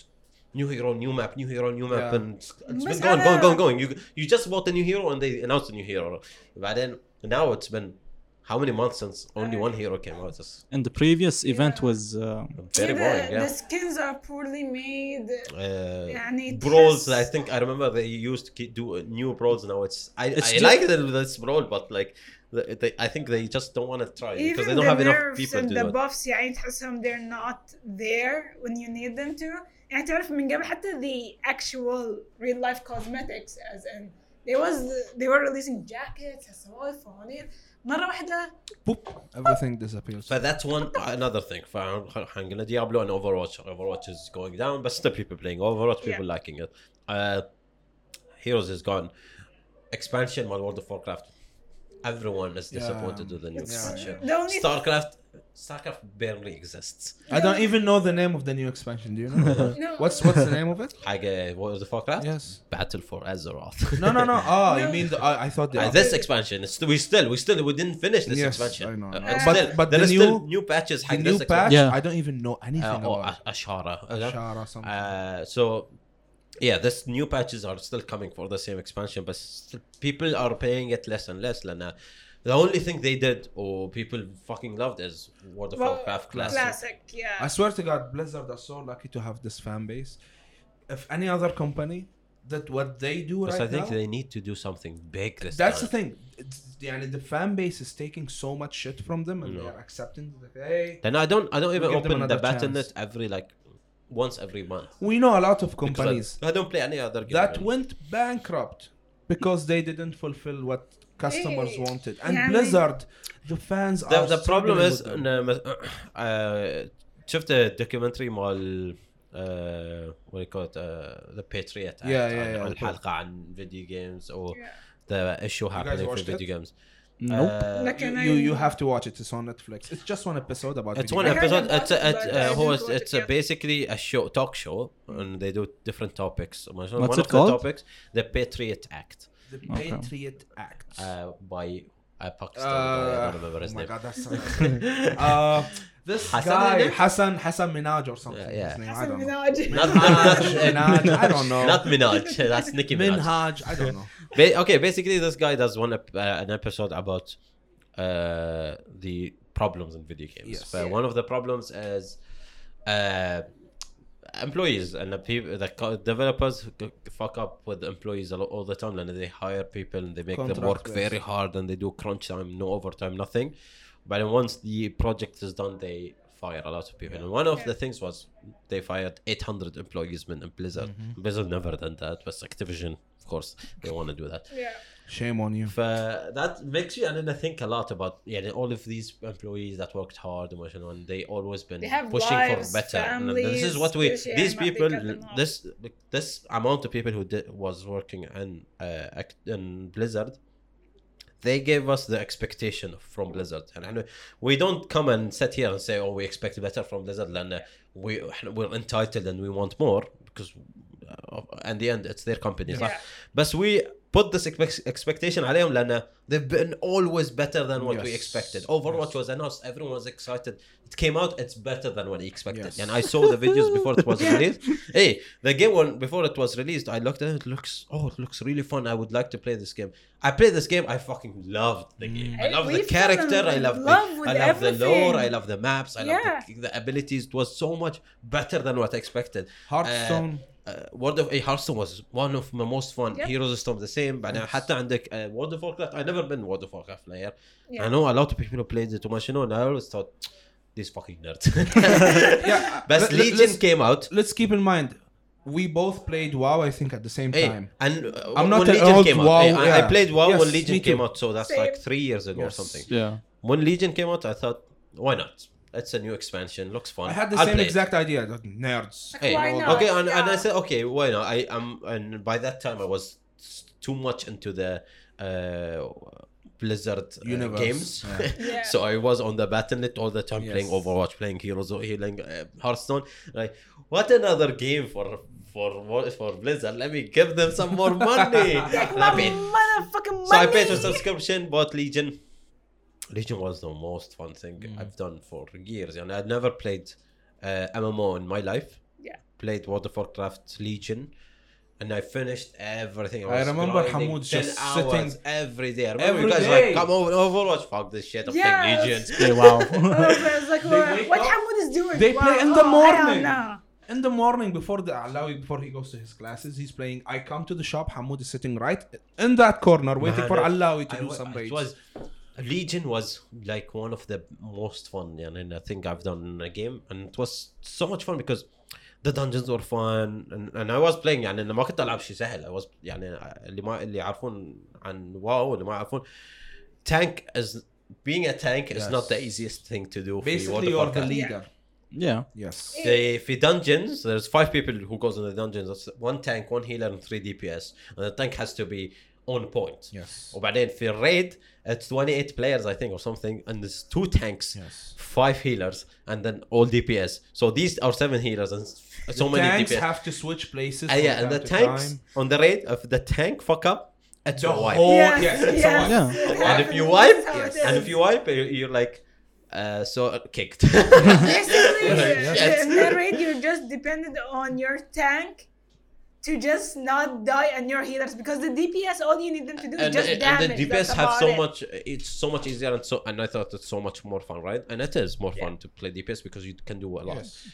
Speaker 1: new hero new map new hero new map
Speaker 2: Yeah.
Speaker 1: and it's it's been
Speaker 4: بس
Speaker 1: going
Speaker 4: أنا-
Speaker 1: going going going you you just bought a new hero and they announced a new hero but then now it's been how many months since only
Speaker 4: Uh,
Speaker 1: one hero came out it's
Speaker 3: and the previous event
Speaker 4: Yeah.
Speaker 3: was uh,
Speaker 1: very
Speaker 4: the,
Speaker 1: boring yeah
Speaker 4: the skins are poorly made.
Speaker 1: uh,
Speaker 4: يعني
Speaker 1: brawls.
Speaker 4: تحس-
Speaker 1: I think I remember they used to ke- do uh, new brawls. Now it's I,
Speaker 3: It's
Speaker 1: I
Speaker 3: ju-
Speaker 1: like the, this brawl, but like the, they, I think they just don't want to try it because
Speaker 4: Even
Speaker 1: they don't
Speaker 4: the
Speaker 1: have enough
Speaker 4: nerfs
Speaker 1: people to
Speaker 4: and
Speaker 1: do
Speaker 4: the
Speaker 1: it.
Speaker 4: buffs يعني تحسهم they're not there when you need them to يعني تعرف من قبل حتى the actual real life cosmetics as in they was they were releasing jackets سوالف فوانير مرة واحدة
Speaker 2: Boop, everything disappears.
Speaker 1: But that's one another thing. فحنقول Diablo and Overwatch. Overwatch is going down, but still people playing Overwatch, people
Speaker 4: Yeah.
Speaker 1: liking it. Uh, Heroes is gone. Expansion on World of Warcraft. Everyone is
Speaker 2: Yeah.
Speaker 1: disappointed with the new
Speaker 2: It's-
Speaker 1: expansion.
Speaker 4: the only
Speaker 1: Starcraft, Starcraft barely exists.
Speaker 2: I don't even know the name of the new expansion. Do you know?
Speaker 4: no
Speaker 2: what's what's the name of it?
Speaker 1: حاجة World of Warcraft.
Speaker 2: Yes.
Speaker 1: Battle for Azeroth.
Speaker 2: No, no, no. Oh,
Speaker 4: No.
Speaker 2: you mean the, I, I thought the
Speaker 1: Uh, this expansion is we still we still we didn't finish this
Speaker 2: Yes,
Speaker 1: expansion.
Speaker 2: I know, I
Speaker 1: Uh,
Speaker 2: know.
Speaker 1: and
Speaker 2: But-
Speaker 1: still,
Speaker 2: but
Speaker 1: there
Speaker 2: the
Speaker 1: is still
Speaker 2: new-
Speaker 1: new patches.
Speaker 2: the
Speaker 1: had
Speaker 2: new
Speaker 1: this
Speaker 2: patch.
Speaker 1: expansion.
Speaker 3: Yeah.
Speaker 2: I don't even know anything
Speaker 1: Uh, or
Speaker 2: about.
Speaker 1: Ash- Ashara. Uh,
Speaker 2: Shara something.
Speaker 1: uh, so yeah, this new patches are still coming for the same expansion, but still people are paying it less and less. Lana. The only thing they did or people fucking loved is World of
Speaker 4: Well,
Speaker 1: Warcraft Classic.
Speaker 4: classic yeah
Speaker 2: I swear to God, Blizzard are so lucky to have this fan base. If any other company that what they do
Speaker 1: Because
Speaker 2: right
Speaker 1: I think
Speaker 2: now.
Speaker 1: they need to do something big this
Speaker 2: That's the
Speaker 1: time.
Speaker 2: thing. It's, يعني the fan base is taking so much shit from them and
Speaker 1: No.
Speaker 2: they are accepting that hey
Speaker 1: Then I don't I don't even
Speaker 2: give them
Speaker 1: open the
Speaker 2: another chance.
Speaker 1: Battle.net every like once every month.
Speaker 2: we know a lot of
Speaker 1: Because
Speaker 2: companies
Speaker 1: I, I don't play any other game.
Speaker 2: that
Speaker 1: really.
Speaker 2: went bankrupt because they didn't fulfill what customers
Speaker 4: Hey.
Speaker 2: wanted and
Speaker 4: Yeah, I mean-
Speaker 2: Blizzard the fans
Speaker 1: the,
Speaker 2: are
Speaker 1: the problem
Speaker 2: struggling
Speaker 1: is
Speaker 2: with them.
Speaker 1: إن مس- آه، شفت الدوكيومنتري مال آه، وات كولت ذا باتريوت
Speaker 2: Yeah, yeah, yeah, of
Speaker 1: الحلقه عن فيديو جيمز او
Speaker 4: Yeah.
Speaker 1: ذا ايشو happening
Speaker 2: watched
Speaker 1: في
Speaker 2: it?
Speaker 1: فيديو جيمز
Speaker 3: Nope.
Speaker 1: Uh,
Speaker 4: Like
Speaker 2: Uh, you,
Speaker 4: an
Speaker 2: you, you
Speaker 4: I-
Speaker 2: have to watch it. It's on Netflix. It's just one episode about.
Speaker 1: It's
Speaker 2: video
Speaker 1: one
Speaker 4: I
Speaker 2: games.
Speaker 4: heard
Speaker 1: episode.
Speaker 4: about
Speaker 1: It's
Speaker 4: it,
Speaker 1: a, it,
Speaker 4: but I
Speaker 1: uh,
Speaker 4: didn't
Speaker 1: who is,
Speaker 4: watch it
Speaker 1: it's a
Speaker 4: yet.
Speaker 1: basically a show talk show, and they do different topics. What's one
Speaker 3: What's
Speaker 1: of
Speaker 3: it called?
Speaker 1: the topics, the Patriot Act,
Speaker 2: The
Speaker 3: Okay.
Speaker 2: Patriot Act.
Speaker 1: uh, by uh, Pakistan. I
Speaker 2: Uh,
Speaker 1: don't remember
Speaker 2: oh
Speaker 1: his
Speaker 2: my
Speaker 1: name.
Speaker 2: god, that's uh, this
Speaker 1: Hassan
Speaker 2: guy
Speaker 1: Minaj?
Speaker 2: Hassan Hassan Minaj or something.
Speaker 1: Yeah, yeah.
Speaker 2: His name, I
Speaker 4: حسب
Speaker 2: don't know.
Speaker 4: مناوج
Speaker 1: Not
Speaker 2: Minaj,
Speaker 1: Minaj.
Speaker 2: Minaj, I don't know.
Speaker 1: Not Minaj. That's Nicki Minaj.
Speaker 2: Minhaj, I don't know.
Speaker 1: Ba- okay, basically, this guy does one ep- uh, an episode about uh, the problems in video games.
Speaker 2: Yes.
Speaker 1: But one of the problems is uh, employees and the people, the co- developers who c- fuck up with employees a lot all the time, and they hire people and they make them
Speaker 2: Contract
Speaker 1: work
Speaker 2: based.
Speaker 1: very hard, and they do crunch time, no overtime, nothing. But then once the project is done, they fire a lot of people. And one of the things was they fired 800 employees in Blizzard.
Speaker 2: Mm-hmm.
Speaker 1: Blizzard never done that, but Activision, of course, they want to do that.
Speaker 4: Yeah.
Speaker 2: Shame on you.
Speaker 1: فذات ميكس يو انا think a lot about يعني all of these employees that worked hard and whatnot, and they always been
Speaker 4: They have
Speaker 1: pushing
Speaker 4: lives,
Speaker 1: for better And this is
Speaker 4: families,
Speaker 1: what we
Speaker 4: especially
Speaker 1: these
Speaker 4: I'm not
Speaker 1: people
Speaker 4: picking them up.
Speaker 1: this this amount of people who did, was working in uh, act- in Blizzard they gave us the expectation from Blizzard and احنا we don't come and sit here and say oh we expect better from Blizzard لان we إحنا- we're entitled and we want more because uh, in the end it's their company صح؟
Speaker 4: Yeah.
Speaker 1: بس we put this expe- expectation عليهم لان they've been always better than what we
Speaker 2: Yes.
Speaker 1: expected. Overwatch
Speaker 2: Yes.
Speaker 1: was announced, everyone was excited. It came out, it's better than what we expected.
Speaker 2: Yes.
Speaker 1: And I saw the videos before it was released. Hey, the game when before it was released, I looked at it, it looks oh it looks really fun. I would like to play this game. I played this game, I fucking loved the game. I
Speaker 4: Mm.
Speaker 1: love
Speaker 4: We
Speaker 1: the
Speaker 4: fell
Speaker 1: character,
Speaker 4: in
Speaker 1: I love the
Speaker 4: love with
Speaker 1: I love the lore, I
Speaker 4: everything.
Speaker 1: love the maps, I love the, the abilities. It was so much better than what I expected.
Speaker 2: Hearthstone.
Speaker 1: آه، World of eh, Hearthstone was one of my most fun
Speaker 4: Yep.
Speaker 1: Heroes of Storm the same بعدين
Speaker 2: Yes.
Speaker 1: حتى عندك uh, World of Warcraft I never been World of Warcraft player I
Speaker 4: Yeah.
Speaker 1: know a lot of people who played it too much you know and I always thought these fucking nerds
Speaker 2: yeah,
Speaker 1: بس
Speaker 2: let- let-
Speaker 1: Legion
Speaker 2: let's-
Speaker 1: came out
Speaker 2: Let's keep in mind, we both played WoW. I think at the same
Speaker 1: eh,
Speaker 2: time.
Speaker 1: and uh,
Speaker 2: I'm not
Speaker 1: when
Speaker 2: an
Speaker 1: Legion
Speaker 2: old
Speaker 1: came out
Speaker 2: WoW,
Speaker 1: eh, I- I
Speaker 2: yeah.
Speaker 1: played WoW when
Speaker 2: Yes,
Speaker 1: Legion
Speaker 2: me too.
Speaker 1: came out so that's
Speaker 4: Same.
Speaker 1: like three years ago or
Speaker 2: Yes.
Speaker 1: something
Speaker 3: Yeah.
Speaker 1: when Legion came out I thought why not it's a new expansion looks fun
Speaker 2: I had the
Speaker 1: I'll
Speaker 2: same
Speaker 1: play it.
Speaker 2: exact idea. that Nerds.
Speaker 1: Hey,
Speaker 4: Why
Speaker 2: no,
Speaker 4: not?
Speaker 1: okay, and, and I
Speaker 4: Yeah.
Speaker 1: said, okay, why not? I am, and by that time I was s- too much into the uh, Blizzard uh,
Speaker 2: Universe,
Speaker 1: games,
Speaker 2: yeah.
Speaker 4: Yeah.
Speaker 1: so I was on the Battle.net all the time,
Speaker 2: Yes.
Speaker 1: playing Overwatch, playing Heroes, or playing uh, Hearthstone. Like, what another game for for what- for Blizzard? Let me give them some more money. Let me-
Speaker 4: Motherfucking
Speaker 1: so I paid for
Speaker 4: money.
Speaker 1: subscription, bought Legion. Legion was the most fun thing
Speaker 4: Mm.
Speaker 1: I've done for years, and I'd never played uh, MMO in my life.
Speaker 4: Yeah.
Speaker 1: Played World of Warcraft Legion, and I finished everything.
Speaker 2: I
Speaker 1: was
Speaker 2: remember
Speaker 1: grinding
Speaker 2: Hamoud
Speaker 1: 10
Speaker 2: just
Speaker 1: hours
Speaker 2: sitting-
Speaker 1: every day. I remember
Speaker 2: Every
Speaker 1: you guys
Speaker 2: day.
Speaker 1: like come over Overwatch, fuck this shit. I'm
Speaker 4: Yes.
Speaker 1: playing Legion.
Speaker 3: Okay, wow.
Speaker 4: I was like,
Speaker 2: wake
Speaker 4: what, what
Speaker 2: up,
Speaker 4: Hamoud is doing? Oh,
Speaker 2: they play in the morning.
Speaker 4: No.
Speaker 2: In the morning, before the Alawi, before he goes to his classes, he's playing. I come to the shop. Hamoud is sitting right in that corner, waiting
Speaker 1: Man,
Speaker 2: for
Speaker 1: I-
Speaker 2: Alawi to
Speaker 1: I
Speaker 2: do
Speaker 1: wa-
Speaker 2: some
Speaker 1: it
Speaker 2: raids.
Speaker 1: was Legion was like one of the most fun yeah, and I think I've done in a game, and it was so much fun because the dungeons were fun and, and I was playing يعني أنا ما كنت العب شيء سهل I was يعني اللي ما اللي يعرفون عن واو اللي ما يعرفون tank is being a tank is
Speaker 2: Yes.
Speaker 1: not the easiest thing to do في World
Speaker 2: Basically,
Speaker 1: of
Speaker 2: you're the
Speaker 1: Warcraft.
Speaker 2: leader.
Speaker 3: yeah.
Speaker 2: Yes.
Speaker 1: They, في dungeons, there's five people who goes in the dungeons. That's one tank, one healer, and three DPS. And the tank has to be on point. Oh,
Speaker 2: Yes.
Speaker 1: وبعدين في الريد it's 28 players I think or something and there's two tanks
Speaker 2: Yes.
Speaker 1: five healers and then all DPS so these are seven healers and s- so many
Speaker 2: tanks
Speaker 1: DPS
Speaker 2: have to switch places.
Speaker 1: Uh,
Speaker 2: from
Speaker 1: yeah and
Speaker 2: time
Speaker 1: the
Speaker 2: to
Speaker 1: tanks
Speaker 2: time.
Speaker 1: on the raid if the tank fuck up it's
Speaker 2: The
Speaker 1: a wipe
Speaker 2: whole- Oh,
Speaker 4: yes,
Speaker 2: yes, it's a
Speaker 4: yes.
Speaker 3: Yeah.
Speaker 1: and if you
Speaker 4: That's
Speaker 1: wipe
Speaker 4: how it
Speaker 2: Yes.
Speaker 4: is.
Speaker 1: and if you wipe you- you're like uh, so uh, kicked
Speaker 4: Basically,
Speaker 1: Yes.
Speaker 4: in the raid, you're just dependent on your tank to just not die and your healers because the DPS, all you need them to do is
Speaker 1: and, uh,
Speaker 4: just
Speaker 1: and,
Speaker 4: damage.
Speaker 1: the DPS
Speaker 4: that's
Speaker 1: have
Speaker 4: about
Speaker 1: so
Speaker 4: it.
Speaker 1: much it's so much easier and so and I thought it's so much more fun right and it is more fun to play DPS because you can do a lot
Speaker 2: Yes.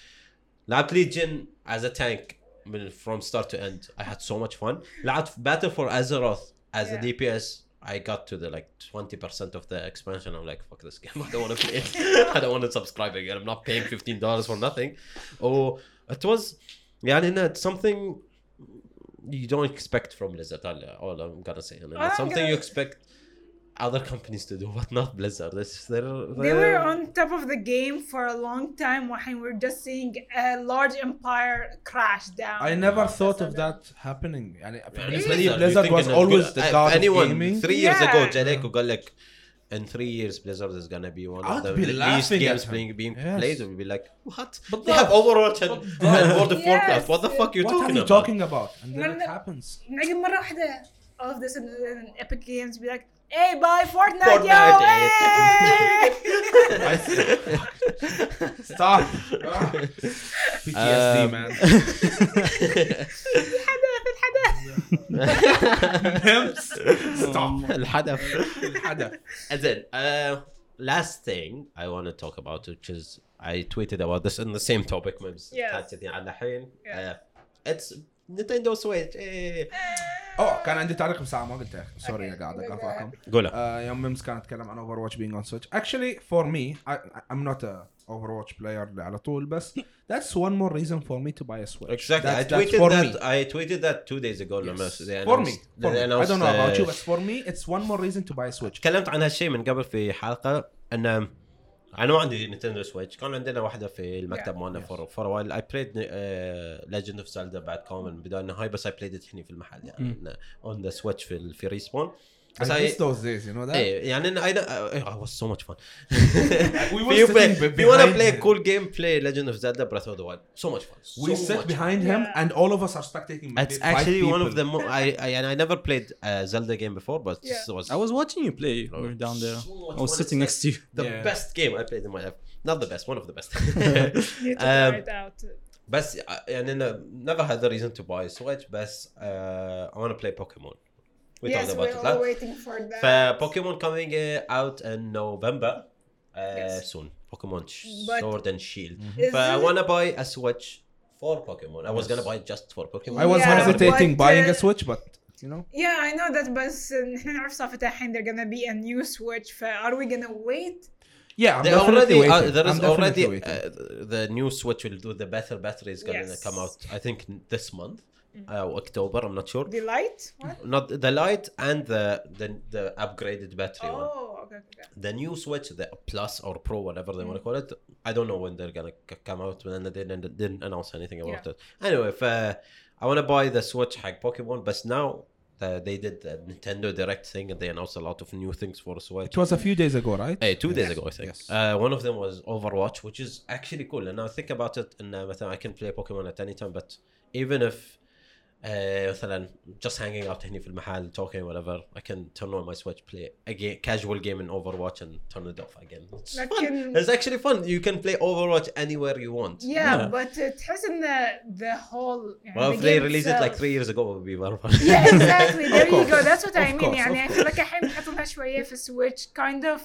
Speaker 1: لعبت ليجن از ا تانك من from start to end. I had so much fun. لعبت Battle for Azeroth as a
Speaker 4: Yeah.
Speaker 1: DPS. I got to the like 20% of the expansion. I'm like, fuck this game. I don't want to play it. I don't want to subscribe again. I'm not paying $15 for nothing. Or it was, يعني إنه it's something you don't expect from Blizzard. That's all I'm gonna say. And
Speaker 4: I'm
Speaker 1: it's something you
Speaker 4: gonna-
Speaker 1: expect other companies to do, but not Blizzard. This they're,
Speaker 4: They were on top of the game for a long time when we're just seeing a large empire crash down.
Speaker 2: I never thought of that happening يعني بالنسبة لي Blizzard was always the god of
Speaker 1: anyone
Speaker 2: gaming
Speaker 1: three years ago
Speaker 4: Yeah.
Speaker 1: جاليك وقال لك in three years Blizzard is gonna be one of
Speaker 2: I'd
Speaker 1: the,
Speaker 2: be
Speaker 1: the least
Speaker 2: laughing at
Speaker 1: games
Speaker 2: him.
Speaker 1: being being
Speaker 2: Yes.
Speaker 1: played and be like what but they
Speaker 2: that-
Speaker 1: have Overwatch and, and World of
Speaker 4: Yes.
Speaker 1: Warcraft what the fuck you
Speaker 2: What are
Speaker 1: talking
Speaker 2: you
Speaker 1: about
Speaker 2: talking about? And then
Speaker 4: When-
Speaker 2: it happens
Speaker 4: نجي مرة واحدة all of this in, in Epic Games be like Hey, buy Fortnite,
Speaker 1: Fortnite,
Speaker 4: yo!
Speaker 1: eh."
Speaker 4: hey!"
Speaker 2: Stop PTSD
Speaker 1: Um,
Speaker 2: man
Speaker 4: الحدث الحدث
Speaker 2: Stop
Speaker 1: الحدث
Speaker 2: الحدث
Speaker 1: زين uh, last thing I want to talk about which is I tweeted about this in the same topic ما بس
Speaker 4: Yes.
Speaker 1: حاجتني عنه الحين
Speaker 4: Yeah.
Speaker 1: uh, it's Nintendo Switch eh. إيه.
Speaker 2: اوه كان عندي تعليق بساعة ما قلت سوري يا قاعد
Speaker 4: go
Speaker 2: اقاطعكم
Speaker 1: قولها
Speaker 2: Uh, يوم ميمز كان اتكلم عن اوفر واتش بينج اون سويتش اكشلي فور مي ام نوت اوفر واتش بلاير على طول بس that's one more reason for me to buy a switch
Speaker 1: Exactly. I
Speaker 2: That's- that's
Speaker 1: tweeted
Speaker 2: for
Speaker 1: that.
Speaker 2: me.
Speaker 1: I tweeted that two days ago. لما
Speaker 2: Yes.
Speaker 1: they
Speaker 2: for me
Speaker 1: announced-
Speaker 2: for
Speaker 1: they
Speaker 2: me I
Speaker 1: announced,
Speaker 2: don't know about you
Speaker 1: uh,
Speaker 2: but for me it's one more reason to buy a switch
Speaker 1: تكلمت عن هالشيء من قبل في حلقه ان انا ما عندي نينتندو سويتش كان عندنا واحده في المكتب
Speaker 4: Yeah.
Speaker 1: مالنا فور فور وايل اي بلايد ليجند اوف زلدا بعد كومن من بدايه النهايه بس اي بلايد هني في المحل يعني اون ذا سويتش في ال- في ريسبون
Speaker 2: I
Speaker 1: بس
Speaker 2: miss
Speaker 1: I-
Speaker 2: those days you know that
Speaker 1: ايه يعني انا اي واز سو ماتش فان
Speaker 2: we were
Speaker 1: في
Speaker 2: sitting be-
Speaker 1: في وانا
Speaker 2: behind
Speaker 1: بلاي
Speaker 2: him.
Speaker 1: كول جيم بلاي ليجند اوف زلدا براث اوف ذا وايلد سو ماتش فان
Speaker 2: we sit behind him
Speaker 4: Yeah.
Speaker 2: and all of us are spectating
Speaker 1: It's
Speaker 2: Five
Speaker 1: actually one of
Speaker 2: people.
Speaker 1: the mo- I, I and I never played a Zelda game before, but
Speaker 4: Yeah.
Speaker 1: this was
Speaker 3: I was watching you play. We were down there. I was sitting next to you.
Speaker 1: the
Speaker 2: Yeah.
Speaker 1: best game I played in my life. Not the best, one of the best.
Speaker 4: Need to
Speaker 1: Um,
Speaker 4: try it out.
Speaker 1: بس uh, يعني أنا never had the reason to buy a Switch بس uh, I want to play Pokemon. We
Speaker 4: yes,
Speaker 1: talked about
Speaker 4: we're
Speaker 1: it
Speaker 4: all
Speaker 1: last.
Speaker 4: waiting for that.
Speaker 1: فبوكيمون coming uh, out in November uh,
Speaker 4: Yes.
Speaker 1: soon. Pokemon sh-
Speaker 4: But-
Speaker 1: Sword and Shield.
Speaker 2: Mm-hmm.
Speaker 4: Is
Speaker 1: I
Speaker 4: it-
Speaker 1: want to buy a Switch for Pokemon. I was gonna buy it just for Pokemon.
Speaker 2: I was
Speaker 4: Yeah,
Speaker 2: hesitating
Speaker 4: but,
Speaker 2: buying a
Speaker 4: uh,
Speaker 2: switch but you know
Speaker 4: Yeah, I know that, but نحن نعرف صافي الحين they're gonna be a new Switch. ف uh, are we gonna wait?
Speaker 2: yeah I'm
Speaker 1: They
Speaker 2: definitely
Speaker 1: already uh,
Speaker 2: waiting.
Speaker 1: there is
Speaker 2: I'm definitely
Speaker 1: already
Speaker 2: waiting.
Speaker 1: uh, the new Switch will do the better battery is gonna
Speaker 4: Yes.
Speaker 1: come out I think this month uh, or October I'm not sure
Speaker 4: The light? What?
Speaker 1: not the light and the the, the upgraded battery one
Speaker 4: Oh, okay, okay.
Speaker 1: the new Switch the Plus or Pro whatever they want
Speaker 4: Mm.
Speaker 1: to call it I don't know when they're gonna c- come out and they didn't, didn't announce anything about
Speaker 4: Yeah.
Speaker 1: it anyway if, uh, I want to buy the Switch hack Pokemon but now uh, they did the Nintendo Direct thing and they announced a lot of new things for Switch
Speaker 2: it was a few days ago right
Speaker 1: Hey, two days
Speaker 2: Yes,
Speaker 1: ago, I think.
Speaker 2: yes.
Speaker 1: Uh, one of them was Overwatch, which is actually cool. And now think about it, and uh, مثلا I can play Pokemon at any time, but even if uh, مثلا just hanging out هني في المحل, talking, whatever, I can turn on my Switch, play a ga- casual game in Overwatch and turn it off again. It's
Speaker 4: Like
Speaker 1: fun.
Speaker 4: in-
Speaker 1: It's actually fun. You can play Overwatch anywhere you want.
Speaker 4: Yeah,
Speaker 3: Yeah.
Speaker 4: but uh, تحس ان the whole يعني
Speaker 1: Well,
Speaker 4: the
Speaker 1: if they
Speaker 4: game
Speaker 1: release it like
Speaker 4: itself-
Speaker 1: three years ago, it would be very fun.
Speaker 4: Yeah, exactly. There you go.
Speaker 2: course.
Speaker 4: That's what I
Speaker 2: Of
Speaker 4: mean.
Speaker 2: course,
Speaker 4: يعني I
Speaker 2: of
Speaker 4: feel like الحين بيحطوا لها شوية في Switch kind of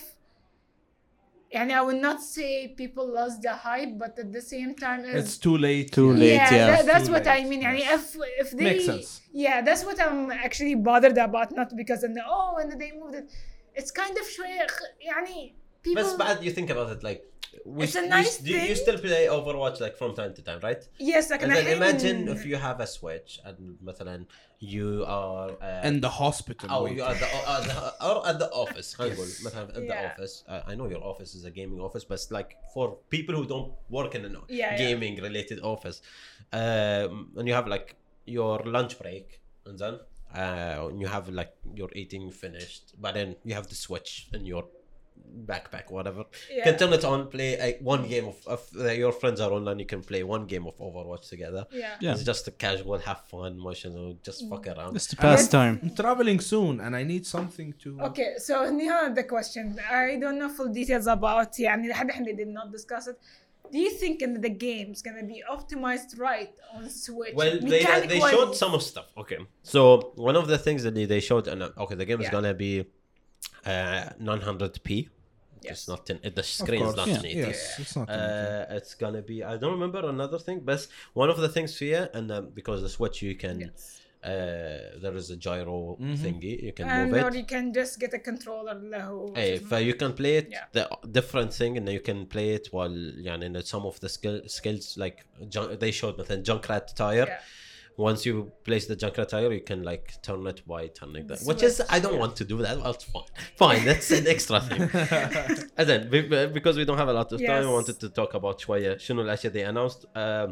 Speaker 4: يعني I would not say people lost the hype, but at the same time
Speaker 2: it's too late
Speaker 3: Too
Speaker 4: yeah,
Speaker 3: late, yeah.
Speaker 4: that- that's
Speaker 2: Too
Speaker 4: what I
Speaker 2: late,
Speaker 4: mean. يعني
Speaker 2: yes.
Speaker 4: if if they
Speaker 2: Makes sense.
Speaker 4: yeah, that's what I'm actually bothered about. Not because and oh, and they moved it. It's kind of شوية خ- يعني people.
Speaker 1: But bad, you think about it like. We,
Speaker 4: It's a
Speaker 1: we-
Speaker 4: nice
Speaker 1: you, you
Speaker 4: thing.
Speaker 1: still play Overwatch like from time to time, right?
Speaker 4: yes, like
Speaker 1: And then
Speaker 4: الحين-
Speaker 1: imagine if you have a switch and مثلا you are uh,
Speaker 2: in the hospital
Speaker 1: او
Speaker 2: waiting.
Speaker 1: you are the, uh, the or at the office خلينا نقول مثلا at the
Speaker 4: Yeah.
Speaker 1: office uh, I know your office is a gaming office but like for people who don't work in a
Speaker 4: yeah.
Speaker 1: gaming related office um, and you have like your lunch break and then uh, and you have like your eating finished but then you have the switch in your backpack whatever you
Speaker 4: Yeah.
Speaker 1: can turn it on play like, one game of, of uh, your friends are online you can play one game of overwatch together
Speaker 4: yeah.
Speaker 3: Yeah.
Speaker 1: it's just a casual, have fun, motion, just fuck around.
Speaker 3: Just to pass
Speaker 2: Yes.
Speaker 3: time.
Speaker 2: I'm traveling soon and I need something to
Speaker 4: Okay, so Niha, the question. I don't know full details about يعني لحد الحين they did not discuss it. Do you think in the game's gonna be optimized right on Switch?
Speaker 1: Well, they, uh, they
Speaker 4: Mechanic-wise?
Speaker 1: showed some of stuff. Okay, so one of the things that they- they showed, and uh, okay, the game is
Speaker 4: Yeah.
Speaker 1: gonna be uh, 900p It's not in, the screen is not
Speaker 2: yeah.
Speaker 1: native.
Speaker 2: Yes, it's not. native.
Speaker 1: Uh, it's gonna be. I don't remember another thing, but one of the things here, and um, because the Switch you can,
Speaker 4: Yes.
Speaker 1: uh, there is a gyro
Speaker 2: Mhm.
Speaker 1: thingy you can
Speaker 4: And
Speaker 1: move
Speaker 4: or
Speaker 1: it.
Speaker 4: you can just get a controller اللي هو
Speaker 1: ايه فيو كان بلاي ات
Speaker 4: Yeah.
Speaker 1: ذا ديفرنت ثينج انه يو كان بلاي ات وال يعني انه some of the skill, skills like junk, they showed مثلا junk rat tire
Speaker 4: Yeah.
Speaker 1: once you place the junk rat tire you can like turn it by turning that which is
Speaker 4: Switch,
Speaker 1: I don't
Speaker 4: yeah.
Speaker 1: want to do that but it's fine fine that's an extra thing and then be- be- because we don't have a lot of time I
Speaker 4: Yes.
Speaker 1: wanted to talk about Uh, شوية شنو الاشياء they announced um,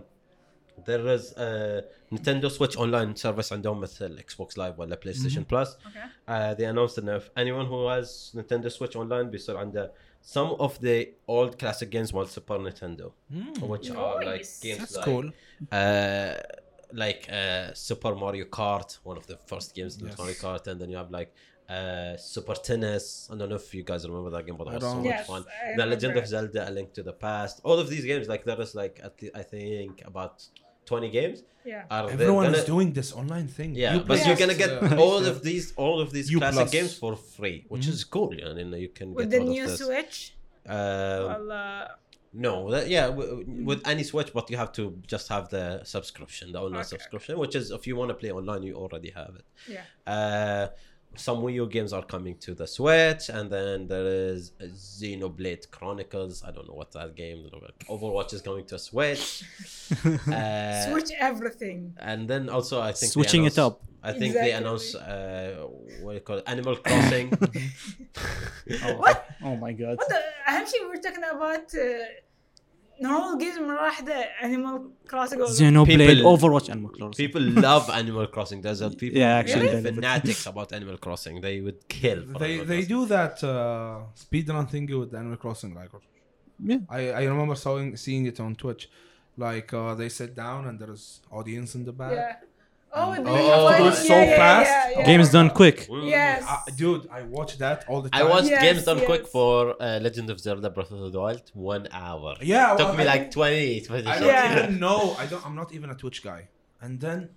Speaker 1: there is uh, Nintendo Switch Online service عندهم مثل uh, Xbox Live ولا PlayStation Plus
Speaker 4: Mm-hmm. Okay.
Speaker 1: uh, they announced that if anyone who has Nintendo Switch Online بيصير عنده some of the old classic games مال Super Nintendo
Speaker 2: Mm,
Speaker 1: which are like
Speaker 4: Nice.
Speaker 1: games
Speaker 2: That's
Speaker 1: like
Speaker 2: cool.
Speaker 1: uh, like uh, Super Mario Kart one of the first games in
Speaker 2: Yes.
Speaker 1: Mario Kart and then you have like uh, Super Tennis I don't know if you guys remember that game but it
Speaker 2: I
Speaker 1: was so
Speaker 2: don't.
Speaker 1: much
Speaker 4: Yes,
Speaker 1: fun
Speaker 4: I
Speaker 1: The Legend
Speaker 4: remember
Speaker 1: of
Speaker 4: it.
Speaker 1: Zelda A Link to the Past all of these games like there is like at least, I think about 20 games
Speaker 4: Yeah.
Speaker 1: are they
Speaker 2: Everyone
Speaker 1: gonna-
Speaker 2: is doing this online thing.
Speaker 1: yeah,
Speaker 2: You
Speaker 1: but
Speaker 2: play
Speaker 1: you're
Speaker 4: Plus,
Speaker 1: gonna get
Speaker 2: uh,
Speaker 1: all of these all of these
Speaker 2: U
Speaker 1: classic
Speaker 2: plus. Mm-hmm.
Speaker 1: games for free, which is cool. Yeah, and you can
Speaker 4: With
Speaker 1: get
Speaker 4: the
Speaker 1: all
Speaker 4: new
Speaker 1: of this.
Speaker 4: Switch
Speaker 1: Um,
Speaker 3: uh,
Speaker 4: ولا
Speaker 1: no, that, yeah, w-
Speaker 3: Hmm.
Speaker 1: w- with any Switch, but you have to just have the subscription, the online
Speaker 4: Okay.
Speaker 1: subscription, which is if you want to play online, you already have it.
Speaker 4: yeah.
Speaker 1: Uh, some Wii U games are coming to the Switch, and then there is Xenoblade Chronicles. I don't know what that game. Overwatch is coming to Switch. uh,
Speaker 4: Switch everything.
Speaker 1: and then also I think they
Speaker 3: Switching it
Speaker 1: announced-
Speaker 3: up.
Speaker 1: I think
Speaker 4: Exactly.
Speaker 1: they announced uh, what do you call it? Animal Crossing.
Speaker 4: What?
Speaker 3: Oh my god.
Speaker 4: What the, أهم شيء we're talking about uh, normal games مرة واحدة Animal Crossing or-
Speaker 3: Xenoblade,
Speaker 1: People-
Speaker 3: Overwatch, and McClure.
Speaker 1: people love Animal Crossing. There's a people
Speaker 3: Yeah, actually,
Speaker 1: they're
Speaker 3: they love it.
Speaker 1: fanatics about Animal Crossing. They would kill. For
Speaker 2: They
Speaker 1: Animal
Speaker 2: they
Speaker 1: Crossing.
Speaker 2: do that uh, speedrun thing with Animal Crossing. Like
Speaker 3: Yeah.
Speaker 2: I, I remember seeing seeing it on Twitch. Like uh, they sit down and there's audience in the back.
Speaker 4: Yeah. Oh, with the
Speaker 1: Oh,
Speaker 4: yeah,
Speaker 1: do it
Speaker 4: yeah,
Speaker 2: so
Speaker 4: yeah,
Speaker 2: fast.
Speaker 4: Yeah, yeah.
Speaker 3: Games done quick.
Speaker 1: Mm.
Speaker 4: Yes.
Speaker 2: Uh, dude, I watch that all the
Speaker 1: I
Speaker 2: time.
Speaker 1: watched
Speaker 4: Yes,
Speaker 1: Games Done
Speaker 4: yes.
Speaker 1: Quick for uh, Legend of Zelda Breath of the Wild. One hour.
Speaker 2: Yeah,
Speaker 1: took me
Speaker 2: I-
Speaker 1: like 20, 20
Speaker 2: I
Speaker 1: shots.
Speaker 2: don't
Speaker 4: Yeah.
Speaker 2: even know. I don't. I'm not even a Twitch guy. And then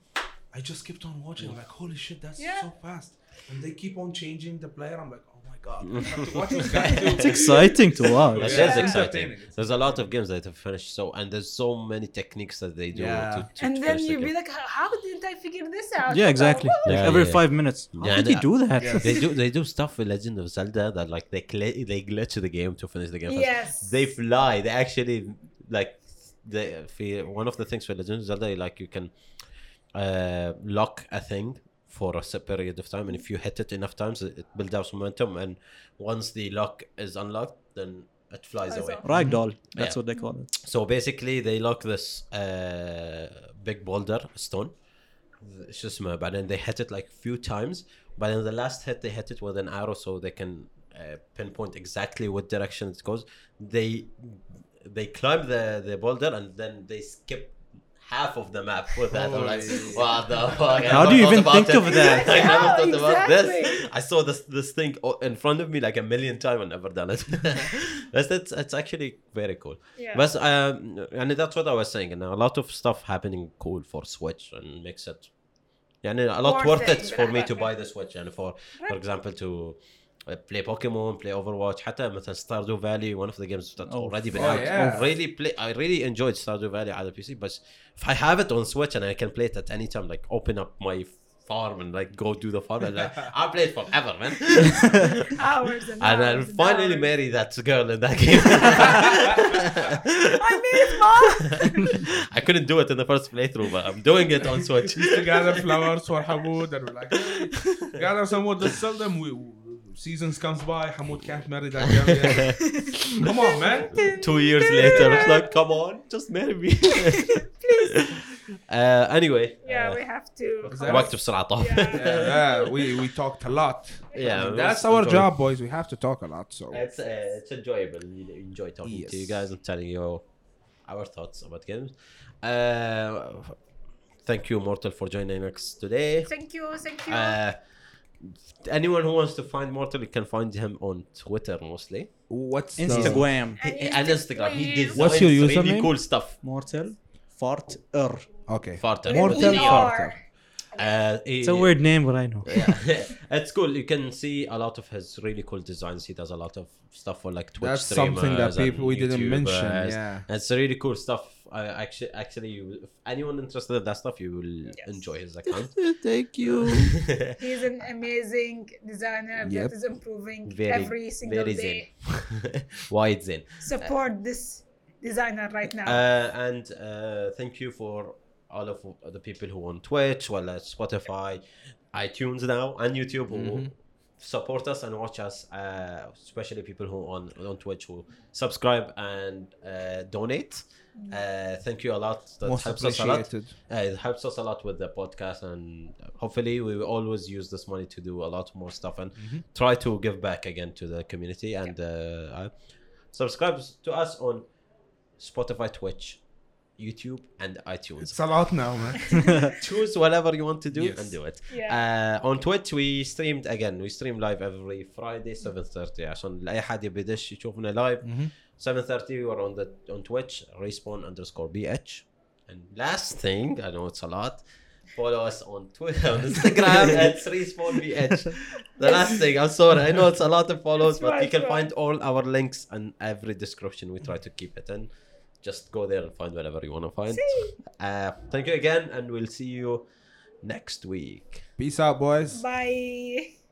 Speaker 2: I just kept on watching. I'm like, holy shit, that's
Speaker 4: Yeah.
Speaker 2: so fast. And they keep on changing the player. I'm like, oh my god, I have to watch this guy do.
Speaker 3: It's exciting to
Speaker 1: It
Speaker 3: watch.
Speaker 1: is
Speaker 2: Yeah.
Speaker 1: exciting.
Speaker 2: Entertaining.
Speaker 1: There's a lot of games that have finished so, and there's so many techniques that they do
Speaker 2: Yeah.
Speaker 1: to, to
Speaker 4: And
Speaker 1: to
Speaker 4: then
Speaker 1: finish the
Speaker 4: you
Speaker 1: game.
Speaker 4: be like, how didn't I figure this out?
Speaker 3: Yeah, exactly.
Speaker 4: Like,
Speaker 3: Like
Speaker 1: Yeah,
Speaker 3: every
Speaker 1: yeah.
Speaker 3: five minutes. How
Speaker 1: Yeah,
Speaker 3: did
Speaker 1: and
Speaker 3: you do that?
Speaker 2: Yeah.
Speaker 1: they do they do stuff with Legend of Zelda that like they cl- they glitch the game to finish the game. first.
Speaker 4: Yes.
Speaker 1: They fly. They actually like they في- one of the things with Legend of Zelda like you can uh, lock a thing for a set period of time and if you hit it enough times it it builds up momentum and once the lock is unlocked then it flies
Speaker 4: Flies
Speaker 1: away.
Speaker 4: off.
Speaker 3: Ragdoll. That's
Speaker 1: Yeah.
Speaker 3: what they call it.
Speaker 1: So basically they lock this uh, big boulder stone. th- شو اسمه بعدين they hit it like few times بعدين the last hit they hit it with an arrow so they can uh, pinpoint exactly what direction it goes they they climb the the boulder and then they skip half of the map with that I'm like
Speaker 2: Holy.
Speaker 1: what the fuck I
Speaker 3: How do
Speaker 1: never
Speaker 3: you
Speaker 1: thought
Speaker 3: even
Speaker 1: about
Speaker 3: think
Speaker 1: it.
Speaker 3: of that?
Speaker 1: I never
Speaker 4: Yeah,
Speaker 1: thought about this
Speaker 4: Oh, exactly.
Speaker 1: I saw this this thing o- in front of me like a million times and never done it that's it's, it's actually very cool
Speaker 4: Yeah.
Speaker 1: بس um, يعني that's what I was saying and a lot of stuff happening cool for Switch and makes it يعني a lot
Speaker 4: Worth
Speaker 1: worth
Speaker 4: it.
Speaker 1: it for me to buy the Switch يعني for for example to uh, play Pokemon play Overwatch حتى مثلا Stardew Valley one of the games that's
Speaker 3: Oh,
Speaker 1: already been
Speaker 2: oh,
Speaker 1: out
Speaker 2: yeah.
Speaker 1: really play I really enjoyed Stardew Valley على PC but if I have it on Switch and I can play it at any time like open up my farm and like go do the farm and like, I'll play it forever man
Speaker 4: hours and,
Speaker 1: and I'll
Speaker 4: hours
Speaker 1: finally
Speaker 4: hours.
Speaker 1: marry that girl in that game
Speaker 4: I made it, mom.
Speaker 1: I couldn't do it in the first playthrough, but I'm doing it on Switch.
Speaker 2: to gather flowers for Hamoud, and we're like, hey, gather some wood, let's sell them. We, seasons comes by, Hamoud can't marry that girl yet. Come on, man.
Speaker 1: Two years later, it's like, come on, just marry me. Please. Uh, anyway,
Speaker 4: yeah, we
Speaker 1: uh,
Speaker 4: have to.
Speaker 2: Exactly.
Speaker 1: وقت بسرعة طاف.
Speaker 4: Yeah.
Speaker 2: Yeah, yeah, we, we talked a lot.
Speaker 1: Yeah, it was
Speaker 2: That's our
Speaker 1: enjoyable.
Speaker 2: job, boys. We have to talk a lot. So
Speaker 1: It's, uh, it's enjoyable. You enjoy talking to you
Speaker 2: Yes.
Speaker 1: guys and telling you our thoughts about games. Uh, thank you, Mortal, for joining us today.
Speaker 4: Thank you, thank you.
Speaker 1: Uh, anyone who wants to find Mortal, you can find him on Twitter mostly.
Speaker 2: what's
Speaker 3: Instagram.
Speaker 4: And
Speaker 1: He- and Instagram. He designs
Speaker 3: What's your
Speaker 1: really
Speaker 3: username?
Speaker 1: cool stuff.
Speaker 3: Mortal. Fart. Er.
Speaker 2: Okay.
Speaker 1: Farter.
Speaker 2: Mortal
Speaker 4: We
Speaker 2: Farter.
Speaker 4: are.
Speaker 1: Uh, he-
Speaker 3: It's a weird name, but I know.
Speaker 1: Yeah. it's cool. You can see a lot of his really cool designs. He does a lot of stuff for like Twitch
Speaker 2: That's something that
Speaker 1: streamers and
Speaker 2: people- we didn't
Speaker 1: YouTubers.
Speaker 2: mention, yeah.
Speaker 1: it's really cool stuff. I actually, actually, you, if anyone interested in that stuff, you will enjoy his account.
Speaker 2: Thank you.
Speaker 4: He's an amazing designer
Speaker 2: Yep.
Speaker 4: that is improving
Speaker 1: Very,
Speaker 4: every single
Speaker 1: very
Speaker 4: day.
Speaker 1: zen. Why it's zen?
Speaker 4: Support this designer right now.
Speaker 1: Uh, and uh, thank you for all of the people who on Twitch, well as Spotify, iTunes now, and YouTube
Speaker 2: Mm-hmm.
Speaker 1: who support us and watch us. Uh, especially people who on on Twitch who subscribe and uh, donate. Uh, thank you a lot. That
Speaker 2: Most
Speaker 1: helps us a lot.
Speaker 2: appreciated.
Speaker 1: Uh, it helps us a lot with the podcast, and hopefully, we will always use this money to do a lot more stuff and
Speaker 2: Mm-hmm.
Speaker 1: try to give back again to the community. And uh, uh, subscribe to us on Spotify, Twitch, YouTube, and iTunes.
Speaker 2: It's a lot now, man.
Speaker 1: Choose whatever you want to do
Speaker 2: Yes.
Speaker 1: and do it.
Speaker 4: Yeah.
Speaker 1: Uh, on Twitch we streamed again. We stream live every Friday 7:30 عشان لاي حد يبي يدش يشوفنا live. 7:30 we were on the on Twitch respawn underscore bh. And last thing, I know it's a lot. Follow us on Twitter, on Instagram at respawn bh. The last thing, I'm sorry, I know it's a lot of follows,
Speaker 4: It's
Speaker 1: but you
Speaker 4: fine,
Speaker 1: can
Speaker 4: it's
Speaker 1: find all our links and every description. We try to keep it in. Just go there and find whatever you want to find. Uh, thank you again, and we'll see you next week.
Speaker 2: Peace out, boys.
Speaker 4: Bye.